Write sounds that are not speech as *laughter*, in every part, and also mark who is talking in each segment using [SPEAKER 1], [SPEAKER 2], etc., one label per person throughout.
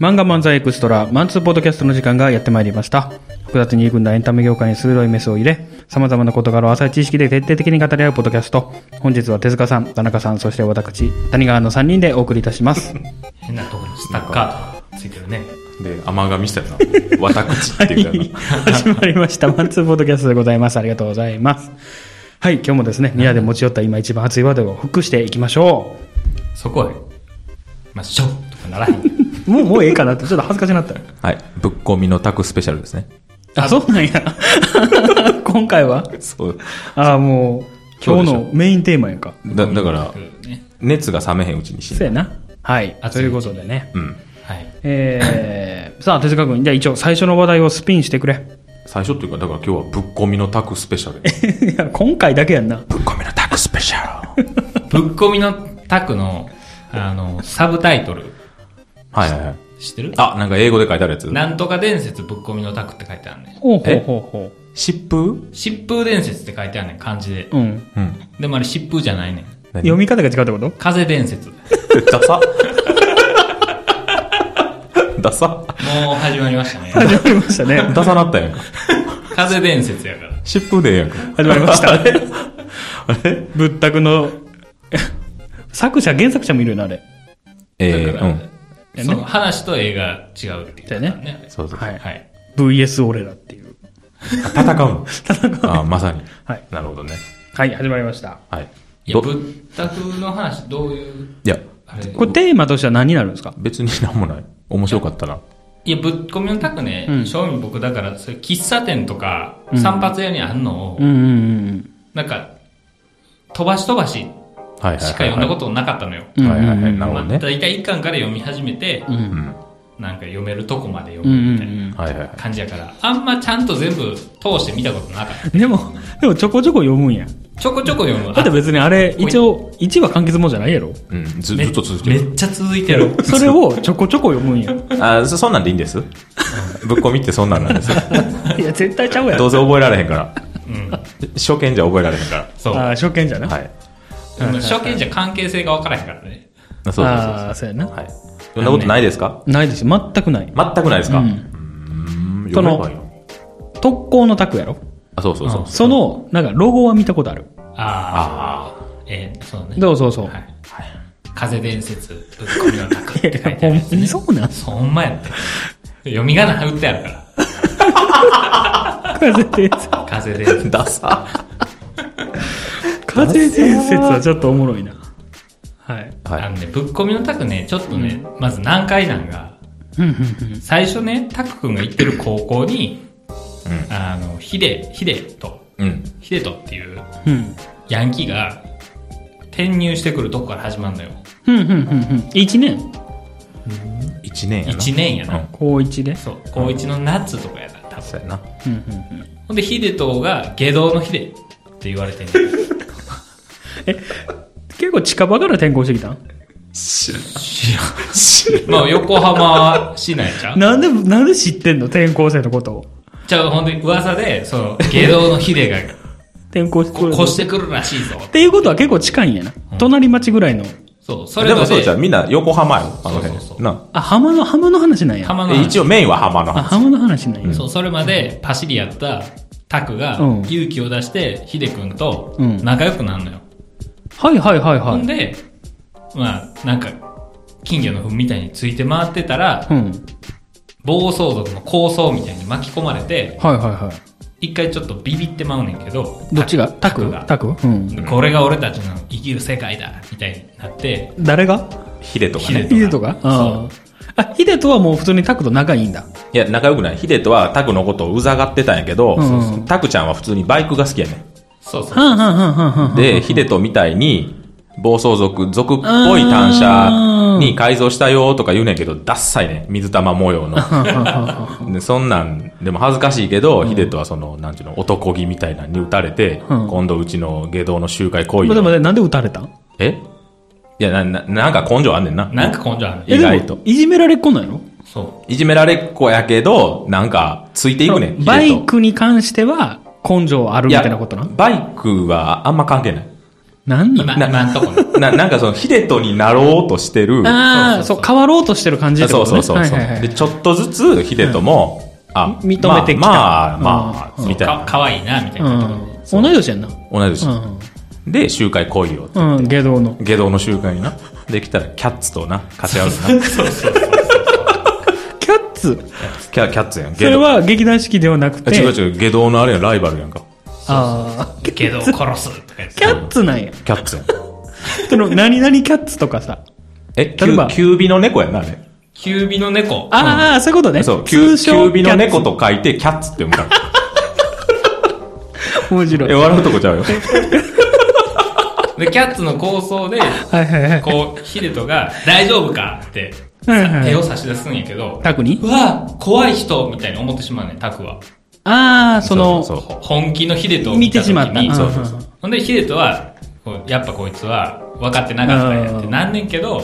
[SPEAKER 1] 漫画漫才エクストラマンツーポッドキャストの時間がやってまいりました複雑に入り組んだエンタメ業界に鋭いメスを入れ様々な事柄を浅い知識で徹底的に語り合うポッドキャスト本日は手塚さん田中さんそして私谷川の3人でお送りいたし *laughs* ます
[SPEAKER 2] 変なところにスタッカーとかついてるね。
[SPEAKER 3] で、甘噛みしたよな。 *laughs* わたくちって言うたよな。
[SPEAKER 1] 始まりましたマンツーポッドキャストでございますありがとうございますはい今日もですねニアで持ち寄った今一番熱いワードをフックしていきましょ
[SPEAKER 2] そこへ、まあ、ショッとかならへん。
[SPEAKER 1] うもうもうええかなってちょっと恥ずかしなった
[SPEAKER 3] はい。ぶっこみのタクスペシャルですね。
[SPEAKER 1] あそう *laughs* なんや今回は
[SPEAKER 3] そう。
[SPEAKER 1] ああもう今日のメインテーマやんか
[SPEAKER 3] だ、だから、
[SPEAKER 2] ね
[SPEAKER 3] 熱が冷めへんうちにし
[SPEAKER 1] そう
[SPEAKER 3] て。
[SPEAKER 1] やな。はい。ということでね。
[SPEAKER 3] うん。
[SPEAKER 2] はい。
[SPEAKER 1] えー、 *laughs* さあ、手塚君、じゃあ一応最初の話題をスピンしてくれ。
[SPEAKER 3] 最初っていうか、だから今日はぶっこみのタクスペシャル。
[SPEAKER 1] *laughs* いや、今回だけやんな。
[SPEAKER 3] ぶっこみのタクスペシャル。
[SPEAKER 2] ぶっこみのタクの、あの、サブタイトル、
[SPEAKER 3] はいはいはい。
[SPEAKER 2] 知ってる
[SPEAKER 3] あ、なんか英語で書いてあるやつ。
[SPEAKER 2] なんとか伝説ぶっこみのタクって書いてあるね。
[SPEAKER 1] ほうほう
[SPEAKER 3] え
[SPEAKER 1] ほうほ
[SPEAKER 3] 疾風
[SPEAKER 2] 疾風伝説って書いてあるねん、漢字で。
[SPEAKER 1] う。うん。
[SPEAKER 3] うん。
[SPEAKER 2] でもあれ疾風じゃないねん。
[SPEAKER 3] 何
[SPEAKER 1] 読み方が違うってこと
[SPEAKER 2] 風伝説。も
[SPEAKER 3] ダサダサ
[SPEAKER 2] う始まりましたね。
[SPEAKER 1] *laughs* *laughs* 始まりましたね。
[SPEAKER 3] ダサなったやんか。
[SPEAKER 2] 風伝説やから。
[SPEAKER 3] 疾風でええやんか。
[SPEAKER 1] 始まりました。 *laughs* あれ
[SPEAKER 3] あれ
[SPEAKER 1] ぶったくの、 *laughs* 作者、原作者もいるよな、あれ。
[SPEAKER 3] ええ
[SPEAKER 2] だから
[SPEAKER 3] うん。
[SPEAKER 2] その話と映画違うっていう、
[SPEAKER 1] だ
[SPEAKER 2] ね。
[SPEAKER 3] そうそう。
[SPEAKER 1] はい
[SPEAKER 2] はい。
[SPEAKER 1] VS 俺らっていう。
[SPEAKER 3] 戦う
[SPEAKER 1] *laughs*
[SPEAKER 3] の戦うあまさに。
[SPEAKER 1] はい。
[SPEAKER 3] なるほどね。
[SPEAKER 1] はい、始まりました。
[SPEAKER 3] はい。
[SPEAKER 2] いや、
[SPEAKER 3] ど
[SPEAKER 2] ぶったくの話、どういう、
[SPEAKER 3] いや、
[SPEAKER 2] あれ。
[SPEAKER 1] これテーマとしては何になるんですか
[SPEAKER 3] 別になんもない。面白かったな。
[SPEAKER 2] いや、ぶっこみのタクね、
[SPEAKER 1] うん
[SPEAKER 2] 正味僕だから、それ喫茶店とか、散髪屋にあんのを、
[SPEAKER 1] うんうん
[SPEAKER 2] なんか、飛ばし飛ばし
[SPEAKER 3] はいはいはい、は
[SPEAKER 2] し
[SPEAKER 3] い。
[SPEAKER 2] か読んだことなかったのよ。
[SPEAKER 1] う
[SPEAKER 3] は
[SPEAKER 1] ん。
[SPEAKER 3] いはいはい。な
[SPEAKER 2] だいま
[SPEAKER 3] るほど
[SPEAKER 2] あ、
[SPEAKER 3] ね。
[SPEAKER 2] 大体一巻から読み始めて、
[SPEAKER 1] うん
[SPEAKER 3] うん。
[SPEAKER 2] なんか読めるとこまで読
[SPEAKER 1] うんう
[SPEAKER 2] むみ
[SPEAKER 1] んう。
[SPEAKER 2] たいなん
[SPEAKER 3] はいはいはい。
[SPEAKER 2] 感じやから、あんまちゃんと全部通して見たことなかっ
[SPEAKER 1] でも、でもちょこちょこ読むんや。
[SPEAKER 2] た。ちょこちょこ読む。
[SPEAKER 1] だって別にあれ、
[SPEAKER 2] い
[SPEAKER 1] 一応、1話完結もんじゃないやろ
[SPEAKER 3] うん。ず
[SPEAKER 2] あ
[SPEAKER 3] ずっと続け
[SPEAKER 2] め
[SPEAKER 3] る。
[SPEAKER 2] っちゃ続いてる。
[SPEAKER 1] それをちょこちょこ読むんや。
[SPEAKER 3] あそ、そんなんでいいんです *laughs* ぶっこみってそんなんなんですよ。
[SPEAKER 1] *laughs* いや、絶対ちゃうや
[SPEAKER 3] どうせ覚えられへんから。
[SPEAKER 2] うん。
[SPEAKER 3] 初見じゃ覚えられへんか
[SPEAKER 2] そう。
[SPEAKER 1] ああ、初見じゃな。
[SPEAKER 3] ら。はい。
[SPEAKER 2] でも初見じゃ関係性がわからへんからね。
[SPEAKER 3] あそうそうそうそう。
[SPEAKER 1] ああ、そうやな。
[SPEAKER 3] はい。読んだことないですか
[SPEAKER 1] ないですよ。全くない。
[SPEAKER 3] 全くないですか
[SPEAKER 1] う
[SPEAKER 3] うんん。
[SPEAKER 1] そ
[SPEAKER 3] 読
[SPEAKER 1] の
[SPEAKER 3] めばいいの
[SPEAKER 1] 特攻のタクやろ
[SPEAKER 3] あ、そうそうそう。
[SPEAKER 1] その、なんか、ロゴは見たことある。
[SPEAKER 2] ああ。えー、そうね。
[SPEAKER 1] どうそうそう。
[SPEAKER 2] はい。風伝説、ぶっ込みのタクって書いて
[SPEAKER 1] ほ
[SPEAKER 2] ある
[SPEAKER 1] ん
[SPEAKER 2] やつね。
[SPEAKER 1] そうなん
[SPEAKER 2] そんまやって。読み仮名打ってあるか
[SPEAKER 1] 風伝説。
[SPEAKER 2] ら。風伝説。
[SPEAKER 3] ダサ。
[SPEAKER 1] 風伝説はちょっとおもろいな。はい。
[SPEAKER 2] あ
[SPEAKER 3] は
[SPEAKER 2] の
[SPEAKER 3] い。
[SPEAKER 2] ね、ぶっ込みのタクね、ちょっとね、まず難解なんが、
[SPEAKER 1] うんうんうん。
[SPEAKER 2] 最初ね、タク君が行ってる高校に、
[SPEAKER 3] う
[SPEAKER 2] あの、ヒデ、ヒデと、
[SPEAKER 3] うん。
[SPEAKER 2] ヒデとっていう
[SPEAKER 1] うん。
[SPEAKER 2] ヤンキーが転入してくるとこから始まるのよ。
[SPEAKER 1] うんうんうんうん。1年
[SPEAKER 3] 一年やな。
[SPEAKER 2] 1年やな。
[SPEAKER 3] うん
[SPEAKER 1] 高1で。
[SPEAKER 2] そう、高1の夏とかやな、多分。
[SPEAKER 3] そうやな。
[SPEAKER 1] うんうんうん。
[SPEAKER 2] ほんで、ヒデとが下道のヒデって言われてんねん
[SPEAKER 1] 結構近場から転校してきたん
[SPEAKER 2] 知らんまあ、横浜市内じゃん
[SPEAKER 1] なんで、なんで知ってんの転校生のことを。
[SPEAKER 2] じゃあ、ほんで、噂で、その、下道のヒデが、
[SPEAKER 1] 転校 *laughs* してく
[SPEAKER 2] こ
[SPEAKER 1] る。
[SPEAKER 2] 越
[SPEAKER 1] っ
[SPEAKER 2] してくるらしいぞ。
[SPEAKER 1] ていうことは結構近いんやな。隣町ぐらいの。
[SPEAKER 2] そう、それ
[SPEAKER 3] で
[SPEAKER 2] と
[SPEAKER 3] も
[SPEAKER 2] で、
[SPEAKER 3] そうじゃんみんな横浜やろあの
[SPEAKER 2] そうそうそう
[SPEAKER 3] 辺。な。
[SPEAKER 1] あ、浜の、浜の話なんや。
[SPEAKER 2] 浜の
[SPEAKER 3] え一
[SPEAKER 2] 話、
[SPEAKER 3] 応メインは浜の
[SPEAKER 1] あ、
[SPEAKER 3] 話。
[SPEAKER 1] 浜の話なんや。
[SPEAKER 2] そう、それまで、パシリやった、タクが
[SPEAKER 1] うん、
[SPEAKER 2] 勇気を出して、ヒデ君と
[SPEAKER 1] うん、
[SPEAKER 2] 仲良くなるのよ。
[SPEAKER 1] はいはいはい
[SPEAKER 2] ほ
[SPEAKER 1] は
[SPEAKER 2] ん
[SPEAKER 1] い。
[SPEAKER 2] で、まあ、なんか、金魚の糞みたいについて回ってたら、
[SPEAKER 1] うん。
[SPEAKER 2] 暴走族の抗争みたいに巻き込まれて、
[SPEAKER 1] はいはいはい。
[SPEAKER 2] 一回ちょっとビビってまうねんけど、
[SPEAKER 1] どっちがタ
[SPEAKER 2] タク
[SPEAKER 1] ク
[SPEAKER 2] が。
[SPEAKER 1] タクうん。
[SPEAKER 2] これが俺たちの生きる世界だみたいになって、
[SPEAKER 1] 誰が
[SPEAKER 3] ヒデとかね。
[SPEAKER 1] ヒデとかああ。あ、ヒデとはもう普通にタクと仲いいんだ。
[SPEAKER 3] いや、仲良くない。ヒデとはタクのことをうざがってたんやけど、
[SPEAKER 1] うんうん
[SPEAKER 3] そうそうタクちゃんは普通にバイクが好きやね
[SPEAKER 2] そうそう。
[SPEAKER 1] はんはんはんはんはん。
[SPEAKER 3] ん。で、ヒデとみたいに、暴走族、族っぽい単車に改造したよとか言うねんけど、ダッサいね。水玉模様の。
[SPEAKER 1] はんはんはんはん
[SPEAKER 3] でそんなん、でも恥ずかしいけど、ヒデとはその、なんていうの、男気みたいなんに打たれて、
[SPEAKER 1] うん
[SPEAKER 3] 今度うちの下道の集会来
[SPEAKER 1] *laughs*
[SPEAKER 3] い
[SPEAKER 1] 待って待っ
[SPEAKER 3] よ。
[SPEAKER 1] て、なんで撃たれたん
[SPEAKER 3] えいやな、な、なんか根性あんねんな。
[SPEAKER 2] なんか根性あるね。
[SPEAKER 3] 意外と
[SPEAKER 1] えでもいじめられっ子なんやろ
[SPEAKER 2] そ
[SPEAKER 3] いじめられっ子やけど、なんか、ついていくねん。ヒデと
[SPEAKER 1] バイクに関しては根性あるみたいなことな。
[SPEAKER 3] バイクはあんま関係ない。
[SPEAKER 1] 何
[SPEAKER 2] 今、今んとこね。
[SPEAKER 3] な、なんかその、ヒデトになろうとしてる。
[SPEAKER 1] ああ、そう、変わろうとしてる感じ
[SPEAKER 3] あ
[SPEAKER 1] って
[SPEAKER 3] そ
[SPEAKER 1] こ
[SPEAKER 3] う
[SPEAKER 1] と
[SPEAKER 3] そ
[SPEAKER 1] ね
[SPEAKER 3] うそうそう、
[SPEAKER 1] はいはいはい
[SPEAKER 3] で、ちょっとずつ、秀人も、あ、
[SPEAKER 1] 認めてきた
[SPEAKER 3] まあ、まあ、まあ、
[SPEAKER 1] うん
[SPEAKER 3] みたい
[SPEAKER 2] か
[SPEAKER 3] な。
[SPEAKER 2] かわいいな、みたいなところに。
[SPEAKER 1] うん。同い年やんな。
[SPEAKER 3] 同じ年、で、集会来いよ。
[SPEAKER 1] うん。うん、下道の。
[SPEAKER 3] 下道の集会にな。できたら、キャッツとな、勝ち合うよな。
[SPEAKER 2] そうそうそう。
[SPEAKER 1] キャッツ
[SPEAKER 3] キャキャッツやん。
[SPEAKER 1] そ
[SPEAKER 3] 下
[SPEAKER 1] れ
[SPEAKER 3] 道。
[SPEAKER 1] は劇団四季ではなく
[SPEAKER 3] あ
[SPEAKER 1] て。
[SPEAKER 3] 違う違う、下道のあれやん、ライバルやんか。
[SPEAKER 1] ああ。キ
[SPEAKER 2] けど殺すとか言って
[SPEAKER 1] ャッツなんや。
[SPEAKER 3] キャッ
[SPEAKER 1] *laughs*
[SPEAKER 3] ツやん。
[SPEAKER 1] そ *laughs* の、何々キャッツとかさ。
[SPEAKER 3] え、キ
[SPEAKER 1] 例えば
[SPEAKER 3] ュキュービの猫やんな、あれ。
[SPEAKER 2] キュービの猫。
[SPEAKER 1] ああ、そういうことね。
[SPEAKER 3] そう、キ
[SPEAKER 1] 通
[SPEAKER 3] ュキ
[SPEAKER 1] 称
[SPEAKER 3] ュービの猫
[SPEAKER 1] キャッ
[SPEAKER 3] と書いて、キャッツって読むから。
[SPEAKER 1] ツ。面白い。
[SPEAKER 3] え、
[SPEAKER 1] は
[SPEAKER 3] 笑うとこちゃうよ。
[SPEAKER 2] で、キャッツの構想で、
[SPEAKER 1] いはいはい。
[SPEAKER 2] こう、ヒデトが、大丈夫かって、
[SPEAKER 1] はいはい
[SPEAKER 2] 手を差し出すんやけど、
[SPEAKER 1] タクに
[SPEAKER 2] うわ怖い人みたいに思ってしまうねん、タクは。
[SPEAKER 1] ああ、その、
[SPEAKER 3] そうそうそう
[SPEAKER 2] 本気のヒデトを見た
[SPEAKER 1] 見て
[SPEAKER 2] 時に
[SPEAKER 1] しまった
[SPEAKER 2] そううんそうそうほんで、ヒデトは、こうやっぱこいつは、分かってなかったんやって
[SPEAKER 1] うん
[SPEAKER 2] なんねんけど、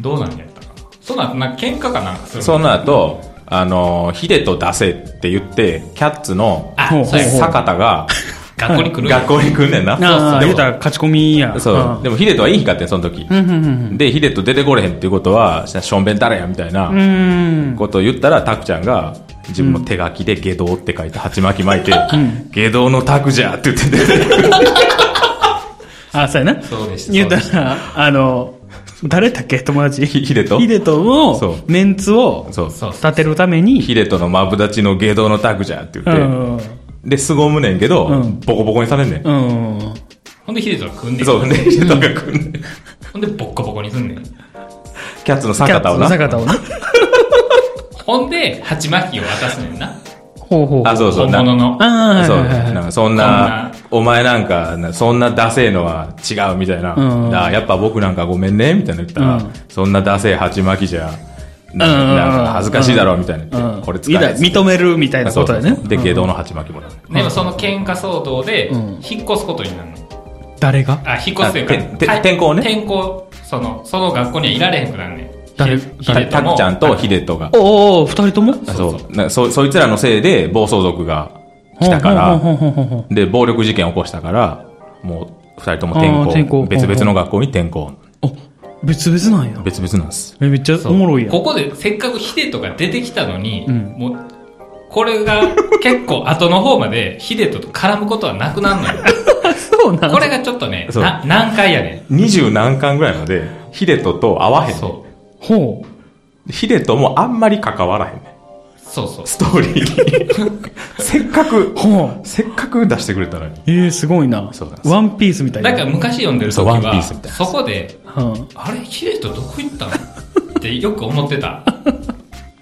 [SPEAKER 2] どうなんやったかな。その後、なんか喧嘩かなんかする
[SPEAKER 3] そ
[SPEAKER 2] の
[SPEAKER 3] の後、あのー、ヒデと出せって言って、キャッツの、
[SPEAKER 2] あ
[SPEAKER 1] ほう、
[SPEAKER 2] そ
[SPEAKER 1] ほうほう
[SPEAKER 2] れ、
[SPEAKER 3] 坂田が、
[SPEAKER 2] 学校に来る。
[SPEAKER 3] 学校に来んねんな。
[SPEAKER 1] ああ、
[SPEAKER 3] で
[SPEAKER 1] 言
[SPEAKER 3] も
[SPEAKER 1] うたら勝ち込みや。
[SPEAKER 3] そう。でも、ヒデトはいい日かってんその時。
[SPEAKER 1] うん。うん、うん、うん。
[SPEAKER 3] で、ヒデト出てこれへんっていうことは、しょんべん誰やみたいうな
[SPEAKER 1] ーん。
[SPEAKER 3] ことを言ったら、タクちゃんが、自分の手書きで下道って書いて、鉢巻き巻いて、下道のタクじゃって言ってて、
[SPEAKER 1] あ、そうやな。
[SPEAKER 2] そうでした
[SPEAKER 1] 言うたら、あの、誰だっけ友達。
[SPEAKER 3] *laughs* ヒデト
[SPEAKER 1] ヒデト
[SPEAKER 3] そう
[SPEAKER 1] のメンツを
[SPEAKER 3] そう。
[SPEAKER 2] そうそう
[SPEAKER 1] 立てるために、
[SPEAKER 3] ヒデトのマブダチの下道のタクじゃって
[SPEAKER 1] う
[SPEAKER 3] 言って、
[SPEAKER 1] ん。
[SPEAKER 3] で、凄むねんけど、
[SPEAKER 1] うん
[SPEAKER 3] ボコボコにされんねん。
[SPEAKER 1] うん。
[SPEAKER 2] ほんで、ヒデトが来んねん。
[SPEAKER 3] そう、で、ヒデトが来んねん。
[SPEAKER 2] ほんで、ボッコボコにすんねん。
[SPEAKER 3] キャッツの坂田をな。
[SPEAKER 1] 坂田を
[SPEAKER 3] *laughs*
[SPEAKER 1] な。
[SPEAKER 2] ほんで、鉢巻きを渡すねんな。
[SPEAKER 1] ほうほう。
[SPEAKER 3] あ、そうそう。
[SPEAKER 2] 本物の。
[SPEAKER 1] ああ、
[SPEAKER 3] そう、
[SPEAKER 1] はいはいはい
[SPEAKER 3] なんかそんな、お前なんかな、そんなダセえのは違うみたいな。
[SPEAKER 1] うん
[SPEAKER 3] だからやっぱ僕なんかごめんね、みたいなの言ったら、
[SPEAKER 1] うん
[SPEAKER 3] そんなダセえ鉢巻きじゃ、な
[SPEAKER 1] うんうんうん
[SPEAKER 3] なんか恥ずかしいだろ、みたいな言って、
[SPEAKER 1] うん
[SPEAKER 3] これ使えない
[SPEAKER 1] いいだ認めるみたいなことだよね。
[SPEAKER 3] で、下道の鉢巻きもらう。
[SPEAKER 2] でもその喧嘩騒動で
[SPEAKER 1] うん、
[SPEAKER 2] 引っ越すことになるの。
[SPEAKER 1] 誰が
[SPEAKER 2] あ、引っ越すと
[SPEAKER 3] あ
[SPEAKER 2] いう
[SPEAKER 3] てて
[SPEAKER 2] か、はい
[SPEAKER 3] 転校ね
[SPEAKER 2] 転校、その、その学校にはいられへんくなんねん。
[SPEAKER 1] 誰
[SPEAKER 2] ひ
[SPEAKER 3] た
[SPEAKER 2] ひで
[SPEAKER 3] た
[SPEAKER 2] も
[SPEAKER 3] くちゃんとヒデトが。
[SPEAKER 1] おおおお二人とも
[SPEAKER 3] あそうなんかそ、そいつらのせいで暴走族が来たか
[SPEAKER 1] ほ
[SPEAKER 3] ら、
[SPEAKER 1] んほんほんほんほんほん
[SPEAKER 3] で、暴力事件起こしたから、もう、二人とも転
[SPEAKER 1] あー
[SPEAKER 3] 校。
[SPEAKER 1] 転校
[SPEAKER 3] 別々の学校に転校。
[SPEAKER 1] あ別々なんや。
[SPEAKER 3] 別々なんです。
[SPEAKER 1] えめっちゃおもろいやん。
[SPEAKER 2] ここでせっかくヒデとか出てきたのに、
[SPEAKER 1] うん
[SPEAKER 2] もう、これが結構後の方までヒデと絡むことはなくなるの
[SPEAKER 3] *laughs*
[SPEAKER 2] よ。
[SPEAKER 1] そうなん
[SPEAKER 2] これがちょっとね、
[SPEAKER 3] そう
[SPEAKER 2] な難解やね
[SPEAKER 3] 二十何巻ぐらいまで、ヒデトと会わへ
[SPEAKER 2] ん。
[SPEAKER 3] ん。
[SPEAKER 2] そう。
[SPEAKER 1] ほう。
[SPEAKER 3] ヒデトもあんまり関わらへんね
[SPEAKER 2] そうそう。
[SPEAKER 3] ストーリーに。せっかく、
[SPEAKER 1] ほう。
[SPEAKER 3] せっかく出してくれたのに。
[SPEAKER 1] ええすごいな
[SPEAKER 3] そうなん。です
[SPEAKER 1] ワンピースみたいな。
[SPEAKER 2] だから昔読んでる時
[SPEAKER 3] そうワンピー
[SPEAKER 2] は、
[SPEAKER 3] スみたいな
[SPEAKER 2] そこで、
[SPEAKER 1] うん
[SPEAKER 2] あれヒデとどこ行ったのってよく思ってた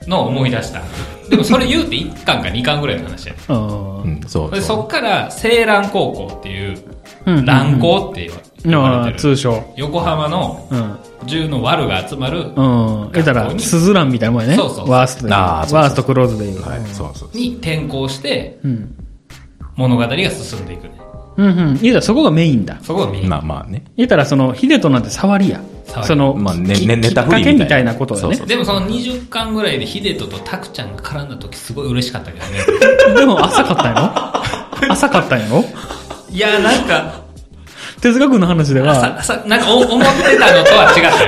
[SPEAKER 2] のを思い出した。でもそれ言うて1巻か2巻ぐらいの話やね
[SPEAKER 1] あ
[SPEAKER 2] ん。
[SPEAKER 3] うん、そう
[SPEAKER 2] でそっから、青蘭高校っていう、
[SPEAKER 1] うん
[SPEAKER 2] 蘭高って
[SPEAKER 1] ー。
[SPEAKER 2] 言わ
[SPEAKER 1] ああ、
[SPEAKER 2] れてる。
[SPEAKER 1] 通称。
[SPEAKER 2] 横浜の
[SPEAKER 1] うん。
[SPEAKER 2] 銃の悪が集まる
[SPEAKER 1] うん。えた
[SPEAKER 2] 学校
[SPEAKER 1] ら、
[SPEAKER 2] に
[SPEAKER 1] スズランみたいなもんやね。
[SPEAKER 2] そうそうそう
[SPEAKER 1] ワーストで言う。
[SPEAKER 3] あ
[SPEAKER 1] ワ
[SPEAKER 3] ーそうそう
[SPEAKER 1] ーストクローズで言う。
[SPEAKER 3] はい、そうそう。
[SPEAKER 2] に転校して、
[SPEAKER 1] うん。
[SPEAKER 2] 物語が進んでいくね。
[SPEAKER 1] うんうん。言うたらそこがメインだ。
[SPEAKER 2] そこを見
[SPEAKER 3] まあまあね。
[SPEAKER 1] 言うたらその、ヒデトなんて触りや。
[SPEAKER 2] 触り
[SPEAKER 1] その、
[SPEAKER 3] まあね
[SPEAKER 1] き
[SPEAKER 3] ね
[SPEAKER 1] き
[SPEAKER 3] ネ
[SPEAKER 1] っ
[SPEAKER 3] タ
[SPEAKER 1] か
[SPEAKER 3] フリ
[SPEAKER 1] け
[SPEAKER 3] ーみたいな
[SPEAKER 1] みたいなことだ
[SPEAKER 3] そう
[SPEAKER 1] ね
[SPEAKER 3] そ。
[SPEAKER 2] でもその20巻ぐらいでヒデトとタクちゃんが絡んだ時すごい嬉しかったけどね。
[SPEAKER 1] *laughs* でも浅かったんやろ浅かったんやろ
[SPEAKER 2] いや、なんか、
[SPEAKER 1] 哲学の話では、
[SPEAKER 2] さ、さ、なんかお思ってたのとは違った